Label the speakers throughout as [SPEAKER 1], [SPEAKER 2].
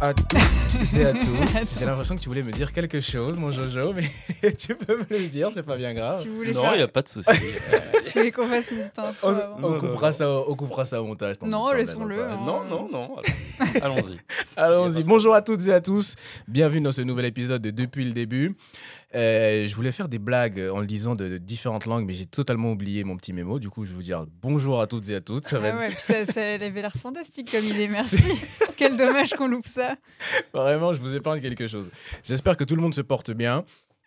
[SPEAKER 1] à toutes et à tous. J'ai l'impression que tu voulais me dire quelque chose, mon Jojo, mais tu peux me le dire, c'est pas bien grave.
[SPEAKER 2] Tu voulais
[SPEAKER 3] Non,
[SPEAKER 2] faire-
[SPEAKER 3] il n'y a pas de souci. Euh,
[SPEAKER 2] tu voulais qu'on fasse une petite intro
[SPEAKER 1] On,
[SPEAKER 2] avant.
[SPEAKER 1] on
[SPEAKER 3] Non, non,
[SPEAKER 1] coupera
[SPEAKER 3] non.
[SPEAKER 1] Ça, au- on coupera ça au montage. t'en-
[SPEAKER 2] Non,
[SPEAKER 1] t'en
[SPEAKER 2] laissons-le,
[SPEAKER 1] mets dans
[SPEAKER 2] hein.
[SPEAKER 3] non, non, non. allons- Allons-y.
[SPEAKER 1] Allons-y. Bonjour à toutes et à tous. Bienvenue dans ce nouvel épisode de Depuis le début. Euh, je voulais faire des blagues en le disant de, de différentes langues, mais j'ai totalement oublié mon petit mémo. Du coup, je vais vous dire bonjour à toutes et à toutes. Ça va
[SPEAKER 2] Ah
[SPEAKER 1] être-
[SPEAKER 2] ouais, puis ça, ça elle avait l'air fantastique comme idée, merci. Quel dommage qu'on loupe ça.
[SPEAKER 1] Vraiment, je vous épargne quelque chose. J'espère que tout le monde se porte bien.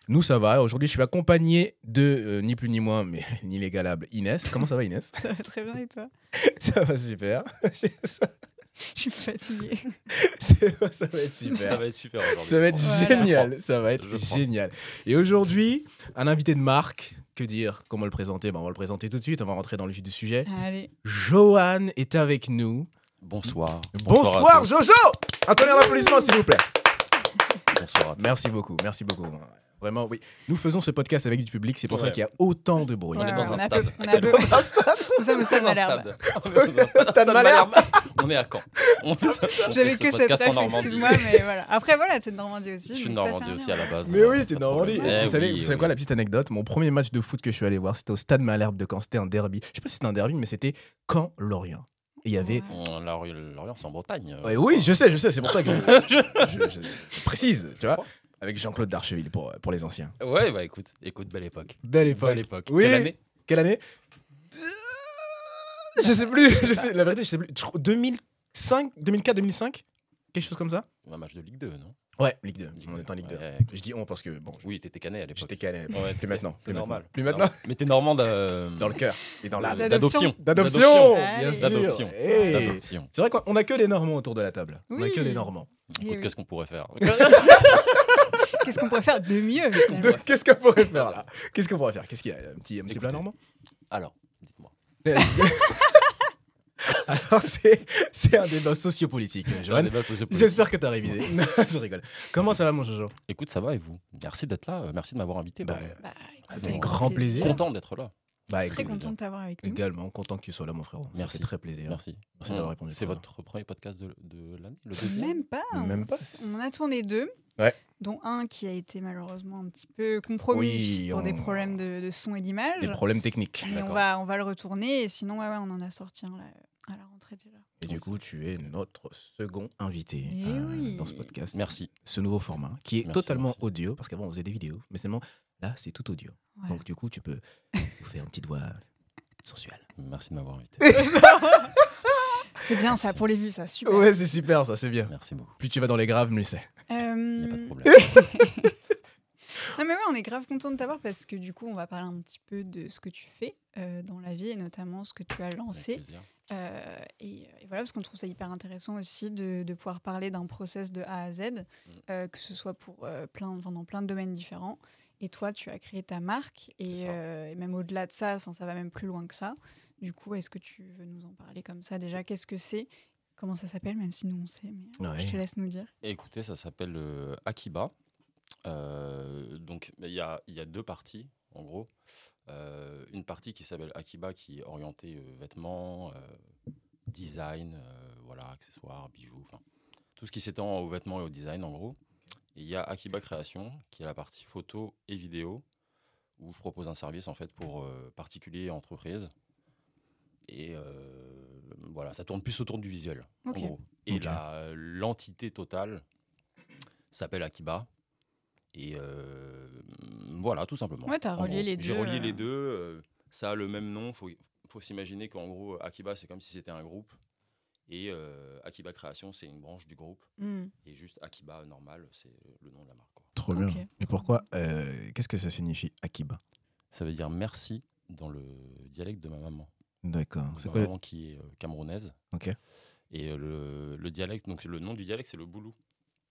[SPEAKER 1] Nous, ça va. Aujourd'hui, je suis accompagné de, euh, ni plus ni moins, mais l'inégalable Inès. Comment ça va, Inès
[SPEAKER 2] Ça va très bien et toi
[SPEAKER 1] Ça va super. ça,
[SPEAKER 2] Je suis fatiguée.
[SPEAKER 1] c'est- ça va être
[SPEAKER 3] Ça
[SPEAKER 1] super.
[SPEAKER 3] va être super aujourd'hui.
[SPEAKER 1] Ça va être
[SPEAKER 2] Voilà.
[SPEAKER 1] génial. Ça va être
[SPEAKER 3] Je prends.
[SPEAKER 1] génial. Et aujourd'hui, un invité de marque. Que dire Comment le présenter Ben, On va le présenter tout de suite. On va rentrer dans le vif du sujet.
[SPEAKER 2] Allez,
[SPEAKER 1] Johan est avec nous.
[SPEAKER 3] Bonsoir.
[SPEAKER 1] Bonsoir,
[SPEAKER 3] à tous.
[SPEAKER 1] Jojo Un tonnerre d'applaudissements, s'il vous plaît.
[SPEAKER 3] Bonsoir à tous.
[SPEAKER 1] Merci beaucoup, merci beaucoup. Vraiment, oui. Nous faisons ce podcast avec du public, c'est pour ça
[SPEAKER 3] Ouais.
[SPEAKER 1] qu'il y a autant de bruit.
[SPEAKER 3] On est
[SPEAKER 2] Ouais,
[SPEAKER 3] dans
[SPEAKER 2] on
[SPEAKER 3] un
[SPEAKER 2] a peu-
[SPEAKER 3] stade.
[SPEAKER 2] on a peu-
[SPEAKER 1] Dans un stade.
[SPEAKER 2] nous sommes au stade
[SPEAKER 3] Dans un
[SPEAKER 2] Malherbe.
[SPEAKER 3] stade. Dans un stade.
[SPEAKER 1] Stade Malherbe.
[SPEAKER 3] On est à Caen. On fait ce- on fait
[SPEAKER 2] J'avais
[SPEAKER 3] ce
[SPEAKER 2] que cette
[SPEAKER 3] podcast en
[SPEAKER 2] ref,
[SPEAKER 3] Normandie.
[SPEAKER 2] excuse-moi, mais voilà. Après, voilà, t'es de Normandie aussi.
[SPEAKER 3] Je suis de
[SPEAKER 2] donc ça fait
[SPEAKER 3] Normandie
[SPEAKER 2] rien.
[SPEAKER 3] aussi à la base.
[SPEAKER 1] Mais
[SPEAKER 3] euh,
[SPEAKER 1] oui,
[SPEAKER 3] pas
[SPEAKER 1] t'es
[SPEAKER 3] de
[SPEAKER 1] Normandie.
[SPEAKER 3] problème.
[SPEAKER 1] Et
[SPEAKER 3] Eh
[SPEAKER 1] vous savez,
[SPEAKER 3] oui,
[SPEAKER 1] vous savez
[SPEAKER 3] oui,
[SPEAKER 1] quoi la
[SPEAKER 3] oui.
[SPEAKER 1] petite anecdote Mon premier match de foot que je suis allé voir, c'était au stade Malherbe de Caen. C'était un derby. Je sais pas si c'était un derby, mais c'était Caen-Lorient. Et il y avait.
[SPEAKER 2] Ouais.
[SPEAKER 3] On- la rue- L'Orient, c'est en Bretagne. euh,
[SPEAKER 1] Ah Ouais, oui, je sais, je sais, c'est pour ça que je, je- je précise, tu vois. Avec Jean-Claude Darcheville pour, pour les anciens.
[SPEAKER 3] Ouais, bah écoute, écoute, belle époque.
[SPEAKER 1] Belle époque.
[SPEAKER 3] Belle époque.
[SPEAKER 1] Oui.
[SPEAKER 3] Quelle année
[SPEAKER 1] Quelle année Je sais plus, je sais, la vérité, je sais plus. 2005, 2004, 2005 Quelque chose comme ça
[SPEAKER 3] Un match de Ligue 2, non
[SPEAKER 1] Ouais, Ligue 2.
[SPEAKER 3] Ligue
[SPEAKER 1] On
[SPEAKER 3] deux.
[SPEAKER 1] est en Ligue 2.
[SPEAKER 3] Ouais.
[SPEAKER 1] Je dis on parce que bon,
[SPEAKER 3] Oui, t'étais canet à l'époque.
[SPEAKER 1] j'étais calé.
[SPEAKER 3] Ouais,
[SPEAKER 1] Plus maintenant.
[SPEAKER 3] C'est
[SPEAKER 1] Plus
[SPEAKER 3] normal.
[SPEAKER 1] maintenant. Plus maintenant.
[SPEAKER 3] Mais t'es normande euh,
[SPEAKER 1] Dans le cœur et dans l'âme.
[SPEAKER 2] D'ad-
[SPEAKER 3] d'adoption.
[SPEAKER 1] D'adoption
[SPEAKER 2] D'adoption.
[SPEAKER 1] Bien
[SPEAKER 2] Allez.
[SPEAKER 1] sûr
[SPEAKER 3] D'adoption.
[SPEAKER 1] Hey.
[SPEAKER 3] D'adoption.
[SPEAKER 1] C'est vrai qu'on on a que les Normands autour de la table. On a
[SPEAKER 2] Oui.
[SPEAKER 1] que les Normands.
[SPEAKER 2] Eh
[SPEAKER 3] Écoute,
[SPEAKER 2] oui.
[SPEAKER 3] Qu'est-ce qu'on pourrait faire
[SPEAKER 2] Qu'est-ce qu'on pourrait faire de mieux
[SPEAKER 1] De-
[SPEAKER 2] finalement
[SPEAKER 1] Qu'est-ce qu'on pourrait faire là Qu'est-ce qu'on pourrait faire Qu'est-ce qu'il y a Un petit, un petit plat
[SPEAKER 3] Écoutez.
[SPEAKER 1] normand
[SPEAKER 3] Alors, dites-moi.
[SPEAKER 1] Alors c'est c'est un débat sociopolitique,
[SPEAKER 3] eh ben, C'est un
[SPEAKER 1] Johan.
[SPEAKER 3] débat sociopolitique.
[SPEAKER 1] J'espère que t'as révisé. Non, je rigole. Comment ça va mon Jojo
[SPEAKER 3] Écoute, ça va et vous Merci d'être là, euh, merci de m'avoir invité.
[SPEAKER 1] Bah,
[SPEAKER 3] Bah,
[SPEAKER 2] Bah, écoute,
[SPEAKER 1] Avec
[SPEAKER 2] avec
[SPEAKER 1] grand plaisir.
[SPEAKER 3] content d'être là.
[SPEAKER 1] Bah
[SPEAKER 2] Très content de t'avoir avec nous.
[SPEAKER 1] Également, content que tu sois là mon frérot. Ça
[SPEAKER 3] Merci.
[SPEAKER 1] fait très plaisir.
[SPEAKER 3] Merci. Mmh.
[SPEAKER 1] Merci d'avoir répondu
[SPEAKER 3] C'est
[SPEAKER 1] présent.
[SPEAKER 3] votre premier podcast de, de l'année Le deuxième
[SPEAKER 2] Même pas. hein. on-
[SPEAKER 1] Même pas.
[SPEAKER 2] On en a tourné deux.
[SPEAKER 1] Ouais.
[SPEAKER 2] Dont un qui a été malheureusement un petit peu compromis
[SPEAKER 1] Oui,
[SPEAKER 2] pour des
[SPEAKER 1] on-
[SPEAKER 2] problèmes de, de son et d'image.
[SPEAKER 1] Des problèmes techniques.
[SPEAKER 2] Mais on
[SPEAKER 3] D'accord.
[SPEAKER 2] va, on va le retourner. Et sinon, ouais, ouais, on en a sorti un là, euh, à la rentrée déjà.
[SPEAKER 1] Et du coup, tu es notre second invité
[SPEAKER 2] Eh
[SPEAKER 1] euh,
[SPEAKER 2] oui.
[SPEAKER 1] dans ce podcast.
[SPEAKER 3] Merci.
[SPEAKER 1] Ce nouveau format qui est
[SPEAKER 3] Merci,
[SPEAKER 1] totalement
[SPEAKER 3] merci.
[SPEAKER 1] audio, parce qu'avant on faisait des vidéos, mais seulement là c'est tout audio.
[SPEAKER 2] Voilà.
[SPEAKER 1] Donc du coup, tu peux nous faire une petite voix sensuelle.
[SPEAKER 3] Merci de m'avoir invité.
[SPEAKER 2] C'est bien ça pour les vues, ça super.
[SPEAKER 1] Ouais, c'est super ça, c'est bien.
[SPEAKER 3] Merci beaucoup.
[SPEAKER 1] Plus tu vas dans les graves, mieux c'est.
[SPEAKER 3] Il n'y a pas
[SPEAKER 2] Euh,
[SPEAKER 3] de problème.
[SPEAKER 2] Non mais ouais, on est grave content de t'avoir parce que du coup, on va parler un petit peu de ce que tu fais euh, dans la vie et notamment ce que tu as
[SPEAKER 3] Avec
[SPEAKER 2] lancé.
[SPEAKER 3] plaisir.
[SPEAKER 2] Euh, et, et voilà, parce qu'on trouve ça hyper intéressant aussi de, de pouvoir parler d'un process de A à Z, euh, que ce soit pour euh, plein, enfin, dans plein de domaines différents. Et toi, tu as créé ta marque
[SPEAKER 3] C'est
[SPEAKER 2] et,
[SPEAKER 3] ça.
[SPEAKER 2] euh, et même au-delà de ça, enfin, ça va même plus loin que ça. Du coup, est-ce que tu veux nous en parler comme ça déjà Qu'est-ce que c'est Comment ça s'appelle Même si nous on sait, mais euh,
[SPEAKER 1] Ouais.
[SPEAKER 2] je te laisse nous dire.
[SPEAKER 3] Écoutez, ça s'appelle euh, Akiba. Euh, donc, il y a, il y a deux parties, en gros. Euh, une partie qui s'appelle Akiba, qui est orientée euh, vêtements, euh, design, euh, voilà, accessoires, bijoux, enfin, tout ce qui s'étend aux vêtements et au design, en gros. Et il y a Akiba Création, qui est la partie photo et vidéo, où je propose un service, en fait, pour euh, particuliers et entreprises. Et euh, voilà, ça tourne plus autour du visuel. en
[SPEAKER 2] Ok.
[SPEAKER 3] gros. Et
[SPEAKER 1] Ok.
[SPEAKER 3] la- l'entité totale s'appelle Akiba. Et euh, voilà, tout simplement.
[SPEAKER 2] Ouais, t'as
[SPEAKER 3] En
[SPEAKER 2] relié
[SPEAKER 3] gros,
[SPEAKER 2] les
[SPEAKER 3] J'ai
[SPEAKER 2] deux,
[SPEAKER 3] relié
[SPEAKER 2] euh.
[SPEAKER 3] les deux. euh, ça a le même nom. Faut, faut s'imaginer qu'en gros, Akiba, c'est comme si c'était un groupe. Et euh, Akiba Création, c'est une branche du groupe.
[SPEAKER 2] Hmm.
[SPEAKER 3] Et juste Akiba normal, c'est le nom de la marque. quoi.
[SPEAKER 1] Trop
[SPEAKER 2] Ok.
[SPEAKER 1] bien. Et pourquoi euh, Qu'est-ce que ça signifie Akiba
[SPEAKER 3] Ça veut dire merci dans le dialecte de ma maman.
[SPEAKER 1] D'accord.
[SPEAKER 3] Ma
[SPEAKER 1] C'est quoi le-
[SPEAKER 3] maman qui est euh, camerounaise.
[SPEAKER 1] Ok.
[SPEAKER 3] Et euh, le, le dialecte, donc le nom du dialecte, c'est le boulou.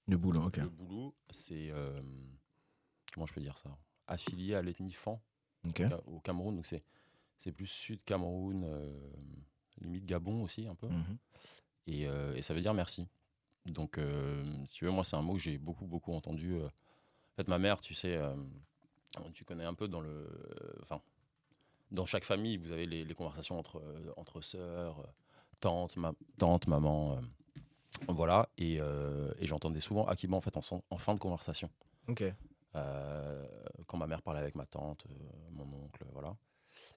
[SPEAKER 1] le boulot Ok.
[SPEAKER 3] Le boulou, c'est. euh, comment je peux dire ça Affilié à l'ethnie Fan
[SPEAKER 1] Ok.
[SPEAKER 3] ca- au Cameroun. Donc c'est c'est plus sud Cameroun, euh, limite Gabon aussi un peu.
[SPEAKER 1] Mhm.
[SPEAKER 3] Et, euh, et ça veut dire merci. Donc euh, si tu veux, moi c'est un mot que j'ai beaucoup beaucoup entendu. euh. En fait, ma mère, tu sais, euh, tu connais un peu dans le. Enfin, dans chaque famille, vous avez les, les conversations entre, euh, entre sœurs, euh, tante, ma- tante, maman. euh, Voilà, et, euh, et j'entendais souvent Akiba en fait en, son- en fin de conversation.
[SPEAKER 4] Ok.
[SPEAKER 3] Euh, quand ma mère parlait avec ma tante, euh, mon oncle, voilà.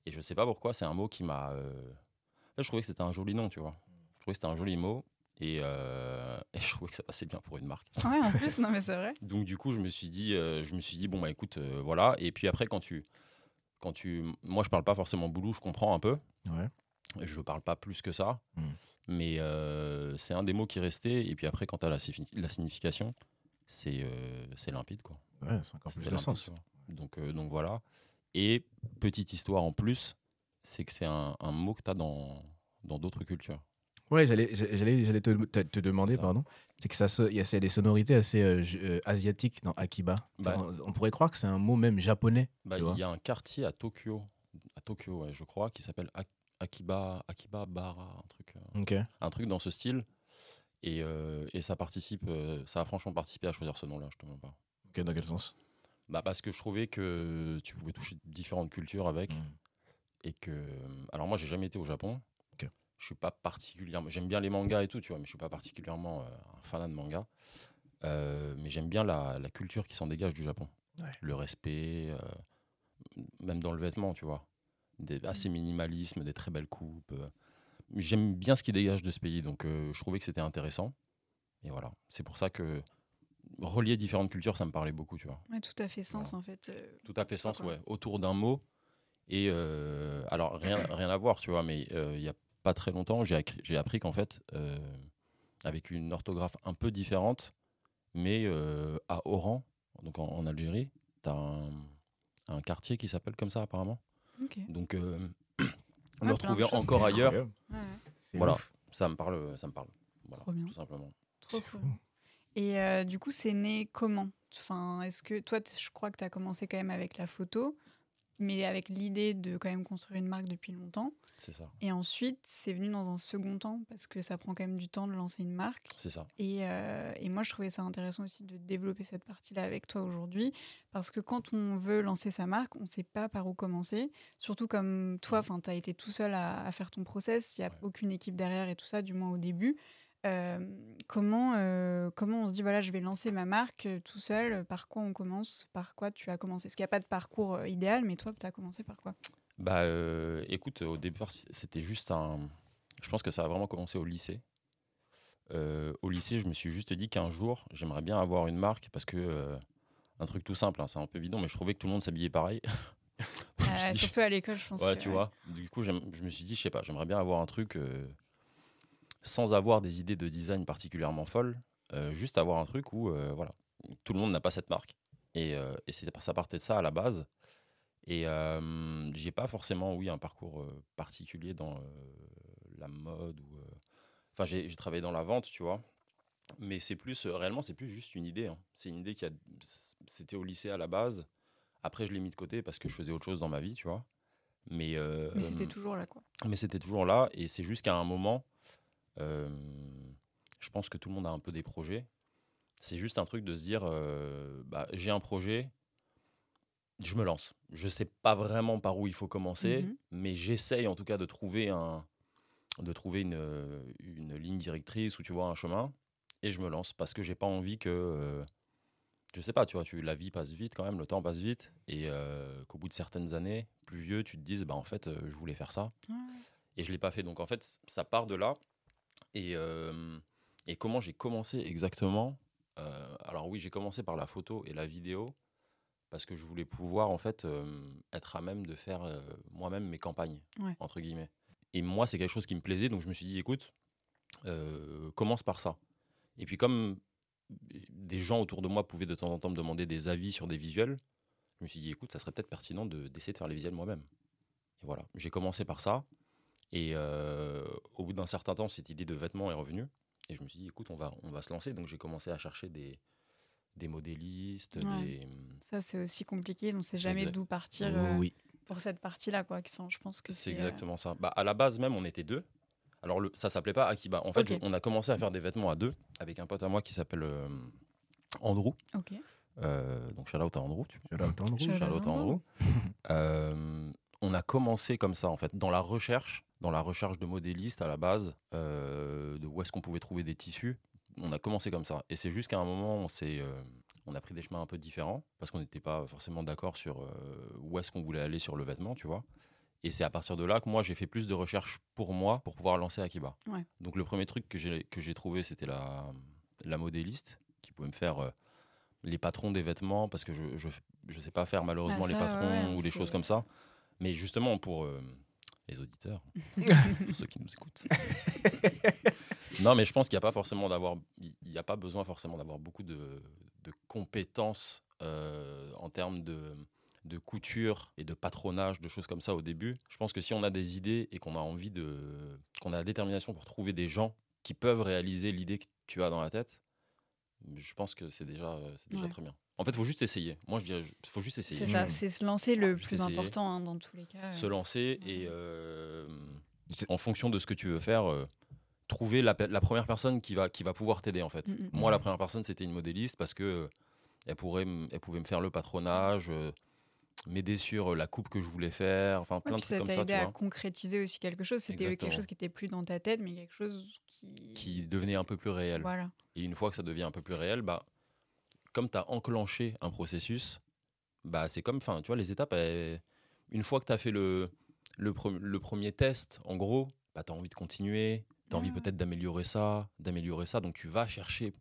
[SPEAKER 3] Et je sais pas pourquoi, c'est un mot qui m'a. euh, en fait, je trouvais que c'était un joli nom, tu vois. Je trouvais que c'était un joli mot et, euh, et je trouvais que ça passait bien pour une marque.
[SPEAKER 2] Ah Ouais, en plus, non, mais c'est vrai.
[SPEAKER 3] Donc du coup, je me suis dit, euh, je me suis dit, bon bah écoute, euh, voilà. Et puis après, quand tu, quand tu, moi je parle pas forcément boulot, je comprends un peu.
[SPEAKER 4] Ouais.
[SPEAKER 3] Je parle pas plus que ça,
[SPEAKER 4] Mm.
[SPEAKER 3] mais euh, c'est un des mots qui restait. Et puis après, quand t'as la, signifi- la signification, c'est euh, c'est limpide quoi.
[SPEAKER 4] Ouais, c'est encore plus
[SPEAKER 3] C'était
[SPEAKER 4] de
[SPEAKER 3] limpide,
[SPEAKER 4] sens.
[SPEAKER 3] tu vois. Donc euh, donc voilà. Et petite histoire en plus, c'est que c'est un, un mot que t'as dans dans d'autres cultures.
[SPEAKER 4] Ouais, j'allais, j'allais, j'allais te, te- te demander,
[SPEAKER 3] C'est ça.
[SPEAKER 4] pardon. C'est que ça, se- il y a c'est des sonorités assez euh, ju- euh, asiatiques dans Akiba.
[SPEAKER 3] Bah.
[SPEAKER 4] On, on pourrait croire que c'est un mot même japonais.
[SPEAKER 3] Bah,
[SPEAKER 4] tu vois.
[SPEAKER 3] il y a un quartier à Tokyo, à Tokyo, ouais, je crois, qui s'appelle Ak- Akiba Akiba Bara, un truc. euh,
[SPEAKER 4] Ok.
[SPEAKER 3] un truc dans ce style. Et, euh, et ça participe, euh, ça a franchement participé à choisir ce nom-là, je te mens pas.
[SPEAKER 4] Ok, dans quel sens
[SPEAKER 3] Bah parce que je trouvais que tu pouvais toucher différentes cultures avec
[SPEAKER 4] Mm.
[SPEAKER 3] et que. Alors moi, j'ai jamais été au Japon.
[SPEAKER 4] Ok.
[SPEAKER 3] Je suis pas particulièrement. J'aime bien les mangas et tout, tu vois, mais je suis pas particulièrement euh, un fanat de manga. Euh, mais j'aime bien la, la culture qui s'en dégage du Japon.
[SPEAKER 4] Ouais.
[SPEAKER 3] Le respect, euh, même dans le vêtement, tu vois. Des, assez minimalisme, des très belles coupes. euh. J'aime bien ce qui dégage de ce pays, donc euh, je trouvais que c'était intéressant. Et voilà, c'est pour ça que relier différentes cultures, ça me parlait beaucoup, tu vois
[SPEAKER 2] Ouais, tout à fait sens, en fait. euh,
[SPEAKER 3] tout à fait sens,
[SPEAKER 2] Pourquoi
[SPEAKER 3] ouais, autour d'un mot. Et euh, alors, rien, rien à voir, tu vois, mais euh, il y a pas très longtemps, j'ai accri- j'ai appris qu'en fait, euh, avec une orthographe un peu différente, mais euh, à Oran, donc en, en Algérie, tu as un, un quartier qui s'appelle comme ça, apparemment.
[SPEAKER 2] Ok. Ah,
[SPEAKER 3] Donc, euh,
[SPEAKER 2] plein
[SPEAKER 3] le
[SPEAKER 2] de
[SPEAKER 3] retrouver
[SPEAKER 2] choses.
[SPEAKER 3] encore ailleurs,
[SPEAKER 4] Incroyable.
[SPEAKER 2] Ouais, ouais,
[SPEAKER 4] C'est
[SPEAKER 3] Voilà.
[SPEAKER 4] ouf.
[SPEAKER 3] ça me parle. Ça me parle. Voilà,
[SPEAKER 2] Trop bien.
[SPEAKER 3] tout simplement.
[SPEAKER 2] trop
[SPEAKER 4] C'est fou.
[SPEAKER 2] cool. Et euh, du coup, c'est né comment enfin, Est-ce que toi, t- je crois que tu as commencé quand même avec la photo, mais avec l'idée de quand même construire une marque depuis longtemps.
[SPEAKER 3] C'est ça.
[SPEAKER 2] Et ensuite, c'est venu dans un second temps, parce que ça prend quand même du temps de lancer une marque.
[SPEAKER 3] C'est ça.
[SPEAKER 2] Et, euh, et moi, je trouvais ça intéressant aussi de développer cette partie-là avec toi aujourd'hui, parce que quand on veut lancer sa marque, on ne sait pas par où commencer. Surtout comme toi, tu as été tout seul à, à faire ton process, il n'y a
[SPEAKER 3] Mm. Ouais.
[SPEAKER 2] aucune équipe derrière et tout ça, du moins au début. Euh, comment, euh, comment on se dit, voilà, je vais lancer ma marque euh, tout seul, euh, par quoi on commence, par quoi tu as commencé Parce qu'il n'y a pas de parcours euh, idéal, mais toi, tu as commencé par quoi
[SPEAKER 3] Bah, euh, écoute, au départ, c- c'était juste un. Je pense que ça a vraiment commencé au lycée. Euh, au lycée, je me suis juste dit qu'un jour, j'aimerais bien avoir une marque parce que. euh, un truc tout simple, hein, c'est un peu bidon, mais je trouvais que tout le monde s'habillait pareil. Je me suis
[SPEAKER 2] Euh,
[SPEAKER 3] dit-
[SPEAKER 2] Surtout à l'école, je pense.
[SPEAKER 3] ouais,
[SPEAKER 2] que-
[SPEAKER 3] tu vois. Du coup, j'aime- je me suis dit, je sais pas, j'aimerais bien avoir un truc euh, sans avoir des idées de design particulièrement folles, euh, juste avoir un truc où, euh, voilà, tout le monde n'a pas cette marque. Et, euh, et c'était par- ça partait de ça à la base. Et euh, j'ai pas forcément, oui, un parcours euh, particulier dans euh, la mode ou. euh, Enfin, j'ai j'ai travaillé dans la vente, tu vois. Mais c'est plus, euh, réellement, c'est plus juste une idée. hein. C'est une idée qui a. C'était au lycée à la base. Après, je l'ai mis de côté parce que je faisais autre chose dans ma vie, tu vois. Mais, euh,
[SPEAKER 2] Mais c'était toujours là, quoi.
[SPEAKER 3] mais c'était toujours là. Et c'est juste qu'à un moment, euh, je pense que tout le monde a un peu des projets. C'est juste un truc de se dire euh, bah, j'ai un projet, je me lance. Je sais pas vraiment par où il faut commencer,
[SPEAKER 2] Mhm.
[SPEAKER 3] mais j'essaye en tout cas de trouver, un, de trouver une, euh, une ligne directrice ou tu vois un chemin. Et je me lance parce que j'ai pas envie que. euh, je sais pas, tu vois, tu, la vie passe vite quand même, le temps passe vite, et euh, qu'au bout de certaines années, plus vieux, tu te dises, bah en fait, euh, je voulais faire ça,
[SPEAKER 2] Ouais.
[SPEAKER 3] et je l'ai pas fait. Donc en fait, c- ça part de là. Et, euh, et comment j'ai commencé exactement Euh, Alors oui, j'ai commencé par la photo et la vidéo parce que je voulais pouvoir en fait euh, être à même de faire euh, moi-même mes campagnes
[SPEAKER 2] Ouais.
[SPEAKER 3] entre guillemets. Et moi, c'est quelque chose qui me plaisait, donc je me suis dit, écoute, euh, commence par ça. Et puis comme des gens autour de moi pouvaient de temps en temps me demander des avis sur des visuels, je me suis dit, écoute, ça serait peut-être pertinent de- d'essayer de faire les visuels moi-même. Et voilà, j'ai commencé par ça. Et euh, au bout d'un certain temps, cette idée de vêtements est revenue. Et je me suis dit, écoute, on va, on va se lancer. Donc j'ai commencé à chercher des, des modélistes,
[SPEAKER 2] Ouais.
[SPEAKER 3] des... mmh,
[SPEAKER 2] Ça, c'est aussi compliqué, on ne sait
[SPEAKER 3] C'est
[SPEAKER 2] jamais
[SPEAKER 3] exact.
[SPEAKER 2] d'où partir. euh,
[SPEAKER 4] Oui.
[SPEAKER 2] pour cette partie-là quoi enfin, je pense que
[SPEAKER 3] C'est
[SPEAKER 2] c'est euh,
[SPEAKER 3] exactement ça. Bah, à la base même, on était deux. Alors le, ça s'appelait pas Akiba. En fait,
[SPEAKER 2] Ok.
[SPEAKER 3] je- on a commencé à faire des vêtements à deux avec un pote à moi qui s'appelle euh, Andrew.
[SPEAKER 2] ok
[SPEAKER 3] Euh, donc shout out à Andrew. Tu...
[SPEAKER 4] J'allais attendre.
[SPEAKER 2] Shout out
[SPEAKER 3] Shout out à
[SPEAKER 2] Andrew.
[SPEAKER 3] Andrew. Euh, on a commencé comme ça en fait, dans la recherche, dans la recherche de modélistes à la base, euh, de où est-ce qu'on pouvait trouver des tissus. On a commencé comme ça, et c'est juste qu'à un moment, on s'est, euh, on a pris des chemins un peu différents parce qu'on n'était pas forcément d'accord sur euh, où est-ce qu'on voulait aller sur le vêtement, tu vois. Et c'est à partir de là que moi j'ai fait plus de recherches pour moi pour pouvoir lancer Akiba.
[SPEAKER 2] Ouais.
[SPEAKER 3] Donc le premier truc que j'ai que j'ai trouvé c'était la la modéliste qui pouvait me faire euh, les patrons des vêtements parce que je je, je sais pas faire malheureusement
[SPEAKER 2] Ah,
[SPEAKER 3] les
[SPEAKER 2] ça,
[SPEAKER 3] patrons
[SPEAKER 2] ouais,
[SPEAKER 3] ou les
[SPEAKER 2] c'est-
[SPEAKER 3] choses comme ça. Mais justement pour euh, les auditeurs, pour ceux qui nous écoutent. non mais je pense qu'il n'y a pas forcément d'avoir il n'y a pas besoin forcément d'avoir beaucoup de de compétences euh, en termes de de couture et de patronage, de choses comme ça au début. Je pense que si on a des idées et qu'on a envie de. qu'on a la détermination pour trouver des gens qui peuvent réaliser l'idée que tu as dans la tête, je pense que c'est déjà, euh, c'est déjà
[SPEAKER 2] Ouais.
[SPEAKER 3] très bien. En fait, il faut juste essayer. Moi, je dirais, il faut juste essayer.
[SPEAKER 2] C'est ça,
[SPEAKER 4] Mm.
[SPEAKER 2] c'est se lancer le
[SPEAKER 3] Juste
[SPEAKER 2] plus
[SPEAKER 3] essayer.
[SPEAKER 2] important hein, dans tous les cas.
[SPEAKER 3] Se lancer
[SPEAKER 2] Ouais.
[SPEAKER 3] et euh,
[SPEAKER 4] C'est-
[SPEAKER 3] en fonction de ce que tu veux faire, euh, trouver la, pe- la première personne qui va, qui va pouvoir t'aider en fait.
[SPEAKER 2] Mm, mm.
[SPEAKER 3] Moi, la première personne, c'était une modéliste parce que euh, elle, pourrait m- elle pouvait me faire le patronage, euh, m'aider sur euh, la coupe que je voulais faire, enfin
[SPEAKER 2] Ouais,
[SPEAKER 3] plein de
[SPEAKER 2] puis ça
[SPEAKER 3] trucs comme
[SPEAKER 2] t'a
[SPEAKER 3] ça,
[SPEAKER 2] aidé
[SPEAKER 3] tu
[SPEAKER 2] à
[SPEAKER 3] vois.
[SPEAKER 2] concrétiser aussi quelque chose. C'était quelque
[SPEAKER 3] Exactement.
[SPEAKER 2] chose qui n'était plus dans ta tête, mais quelque chose qui.
[SPEAKER 3] qui devenait un peu plus réel.
[SPEAKER 2] Voilà.
[SPEAKER 3] Et une fois que ça devient un peu plus réel, bah, comme tu as enclenché un processus, bah, c'est comme, enfin, tu vois, les étapes, elles- une fois que tu as fait le, le, pre- le premier test, en gros, bah, tu as envie de continuer, tu as envie
[SPEAKER 2] Ah.
[SPEAKER 3] peut-être d'améliorer ça, d'améliorer ça, donc tu vas chercher,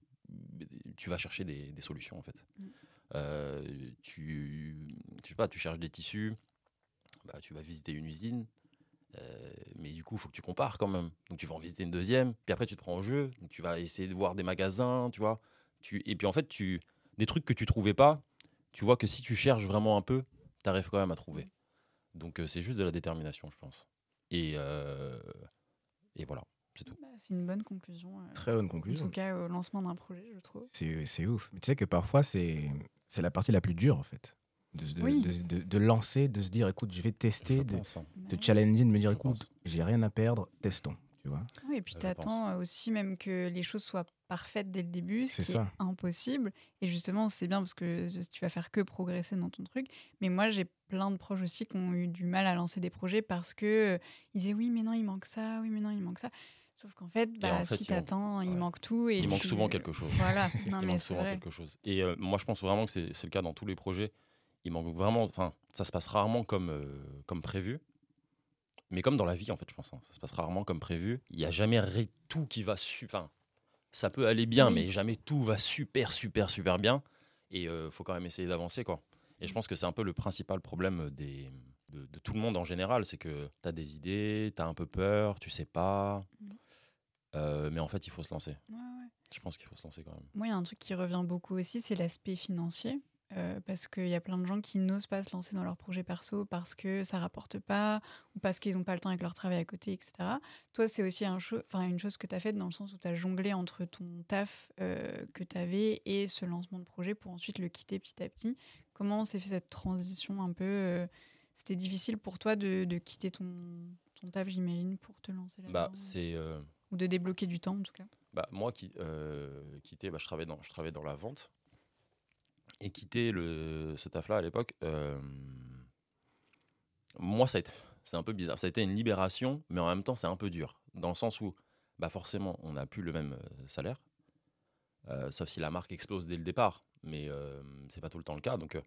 [SPEAKER 3] tu vas chercher des, des solutions, en fait.
[SPEAKER 2] Mm.
[SPEAKER 3] Euh, tu, je sais pas, tu cherches des tissus, bah, tu vas visiter une usine, euh, mais du coup, il faut que tu compares quand même. Donc, tu vas en visiter une deuxième, puis après, tu te prends au jeu, donc tu vas essayer de voir des magasins, tu vois. Tu, et puis, en fait, tu, des trucs que tu trouvais pas, tu vois que si tu cherches vraiment un peu, tu arrives quand même à trouver. Donc, euh, c'est juste de la détermination, je pense. Et, euh, et voilà.
[SPEAKER 2] Bah, c'est une bonne conclusion. euh,
[SPEAKER 4] Très bonne
[SPEAKER 2] en tout
[SPEAKER 4] conclusion.
[SPEAKER 2] cas, au lancement d'un projet, je trouve.
[SPEAKER 4] C'est c'est ouf. Mais tu sais que parfois, c'est c'est la partie la plus dure, en fait. De, de,
[SPEAKER 2] Oui.
[SPEAKER 4] de- de- de lancer, de se dire, écoute, je vais tester,
[SPEAKER 3] Je
[SPEAKER 4] de,
[SPEAKER 3] pense, hein.
[SPEAKER 2] Bah
[SPEAKER 4] de
[SPEAKER 2] oui.
[SPEAKER 4] challenger, de me dire,
[SPEAKER 3] Je
[SPEAKER 4] écoute,
[SPEAKER 3] pense.
[SPEAKER 4] j'ai rien à perdre, testons. Tu vois
[SPEAKER 2] Oui, et puis
[SPEAKER 3] Euh, Je
[SPEAKER 2] tu attends aussi même que les choses soient parfaites dès le début, ce
[SPEAKER 4] C'est
[SPEAKER 2] qui
[SPEAKER 4] ça.
[SPEAKER 2] est impossible. Et justement, c'est bien parce que euh, tu vas faire que progresser dans ton truc. Mais moi, j'ai plein de proches aussi qui ont eu du mal à lancer des projets parce que euh, ils disaient oui, mais non, il manque ça, oui, mais non, il manque ça. Sauf qu'en fait, bah,
[SPEAKER 3] en fait,
[SPEAKER 2] si
[SPEAKER 3] il manque-
[SPEAKER 2] t'attends, il
[SPEAKER 3] ouais.
[SPEAKER 2] manque tout. Et
[SPEAKER 3] Il manque
[SPEAKER 2] tu-
[SPEAKER 3] souvent quelque chose.
[SPEAKER 2] Voilà, non, mais
[SPEAKER 3] il manque
[SPEAKER 2] c'est
[SPEAKER 3] souvent
[SPEAKER 2] vrai.
[SPEAKER 3] quelque chose. Et euh, moi, je pense vraiment que c'est c'est le cas dans tous les projets. Il manque vraiment, enfin, ça se passe rarement comme, euh, comme prévu. Mais comme dans la vie, en fait, je pense, hein, ça se passe rarement comme prévu. Il n'y a jamais ri- tout qui va super. Enfin, ça peut aller bien,
[SPEAKER 2] Oui.
[SPEAKER 3] mais jamais tout va super, super, super bien. Et il faut quand même essayer d'avancer, quoi. Et je pense que c'est un peu le principal problème euh, des, de, de tout le monde en général, c'est que tu as des idées, tu as un peu peur, tu sais pas.
[SPEAKER 2] Mhm.
[SPEAKER 3] Euh, mais en fait, il faut se lancer.
[SPEAKER 2] Ouais, ouais.
[SPEAKER 3] Je pense qu'il faut se lancer quand même.
[SPEAKER 2] Moi, il y a un truc qui revient beaucoup aussi, c'est l'aspect financier. euh, parce qu'il y a plein de gens qui n'osent pas se lancer dans leur projet perso parce que ça rapporte pas ou parce qu'ils n'ont pas le temps avec leur travail à côté, etc. Toi, c'est aussi un cho- enfin, une chose que tu as faite dans le sens où tu as jonglé entre ton taf euh, que tu avais et ce lancement de projet pour ensuite le quitter petit à petit. Comment s'est fait cette transition un peu euh, C'était difficile pour toi de, de quitter ton, ton taf, j'imagine, pour te lancer là-dedans
[SPEAKER 3] Bah, c'est. euh,
[SPEAKER 2] Ou de débloquer du temps, en tout cas.
[SPEAKER 3] Bah, moi, qui, euh, quitter, bah, je, travaillais dans, je travaillais dans la vente. Et quitter le, ce taf-là à l'époque, euh, moi, ça a été- c'est un peu bizarre. Ça a été une libération, mais en même temps, c'est un peu dur. Dans le sens où, bah, forcément, on n'a plus le même euh, salaire. Euh, sauf si la marque explose dès le départ. Mais euh, c'est pas tout le temps le cas. Donc, euh,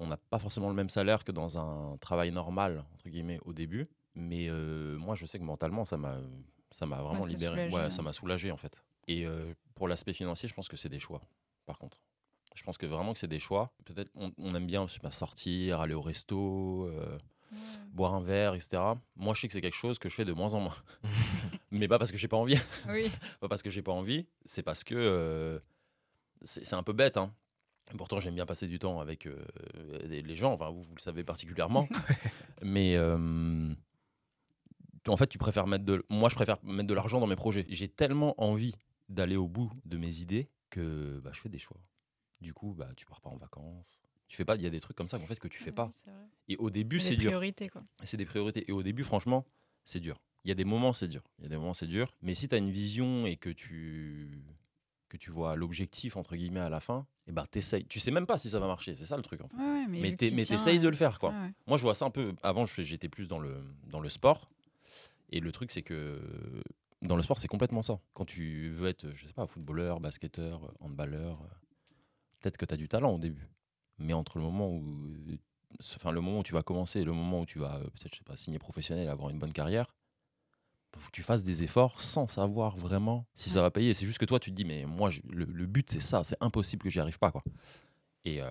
[SPEAKER 3] on n'a pas forcément le même salaire que dans un travail normal, entre guillemets, au début. Mais euh, moi, je sais que mentalement, ça m'a ça m'a vraiment
[SPEAKER 2] ça t'a
[SPEAKER 3] libéré.
[SPEAKER 2] soulagé,
[SPEAKER 3] Ouais,
[SPEAKER 2] hein.
[SPEAKER 3] ça m'a soulagé, en fait. Et euh, pour l'aspect financier, je pense que c'est des choix, par contre. Je pense que vraiment que c'est des choix. Peut-être on, on aime bien je sais pas, sortir, aller au resto, euh, boire un verre, etc. Moi, je sais que c'est quelque chose que je fais de moins en moins. Mais pas parce que j'ai pas envie
[SPEAKER 2] Oui.
[SPEAKER 3] pas parce que j'ai pas envie, c'est parce que euh, c'est c'est un peu bête. hein. Pourtant, j'aime bien passer du temps avec euh, les les gens, enfin, vous, vous le savez particulièrement. Mais euh, en fait, tu préfères mettre de. Moi, je préfère mettre de l'argent dans mes projets. J'ai tellement envie d'aller au bout de mes idées que bah, je fais des choix. Du coup, bah, tu pars pas en vacances. Tu fais pas. Il y a des trucs comme ça qu'en fait que tu fais pas. Et au début, c'est dur
[SPEAKER 2] priorité, quoi.
[SPEAKER 3] c'est des priorités. Et au début, franchement, c'est dur. Il y a des moments, c'est dur. Il y a des moments, c'est dur. Mais si tu as une vision et que tu, que tu vois l'objectif, entre guillemets, à la fin, et ben t'essayes. Tu sais même pas si ça va marcher, c'est ça le truc. En fait.
[SPEAKER 2] Ouais, ouais, mais
[SPEAKER 3] Mais
[SPEAKER 2] vu que
[SPEAKER 3] t'es-
[SPEAKER 2] t'y
[SPEAKER 3] mais
[SPEAKER 2] tiens,
[SPEAKER 3] t'essayes de
[SPEAKER 2] euh,
[SPEAKER 3] le faire, quoi.
[SPEAKER 2] ouais, ouais.
[SPEAKER 3] Moi, je vois ça un peu. Avant, je fais- j'étais plus dans le, dans le sport. Et le truc, c'est que dans le sport, c'est complètement ça. Quand tu veux être, je sais pas, footballeur, basketteur, handballeur, euh, peut-être que tu as du talent au début. Mais entre le moment où, enfin, le moment où tu vas commencer et le moment où tu vas, euh, peut-être, je sais pas, signer professionnel, avoir une bonne carrière, il faut que tu fasses des efforts sans savoir vraiment si ça
[SPEAKER 2] Ouais.
[SPEAKER 3] va payer. C'est juste que toi, tu te dis, mais moi, j'ai- le, le but, c'est ça. C'est impossible que j'y arrive pas, quoi. Et euh,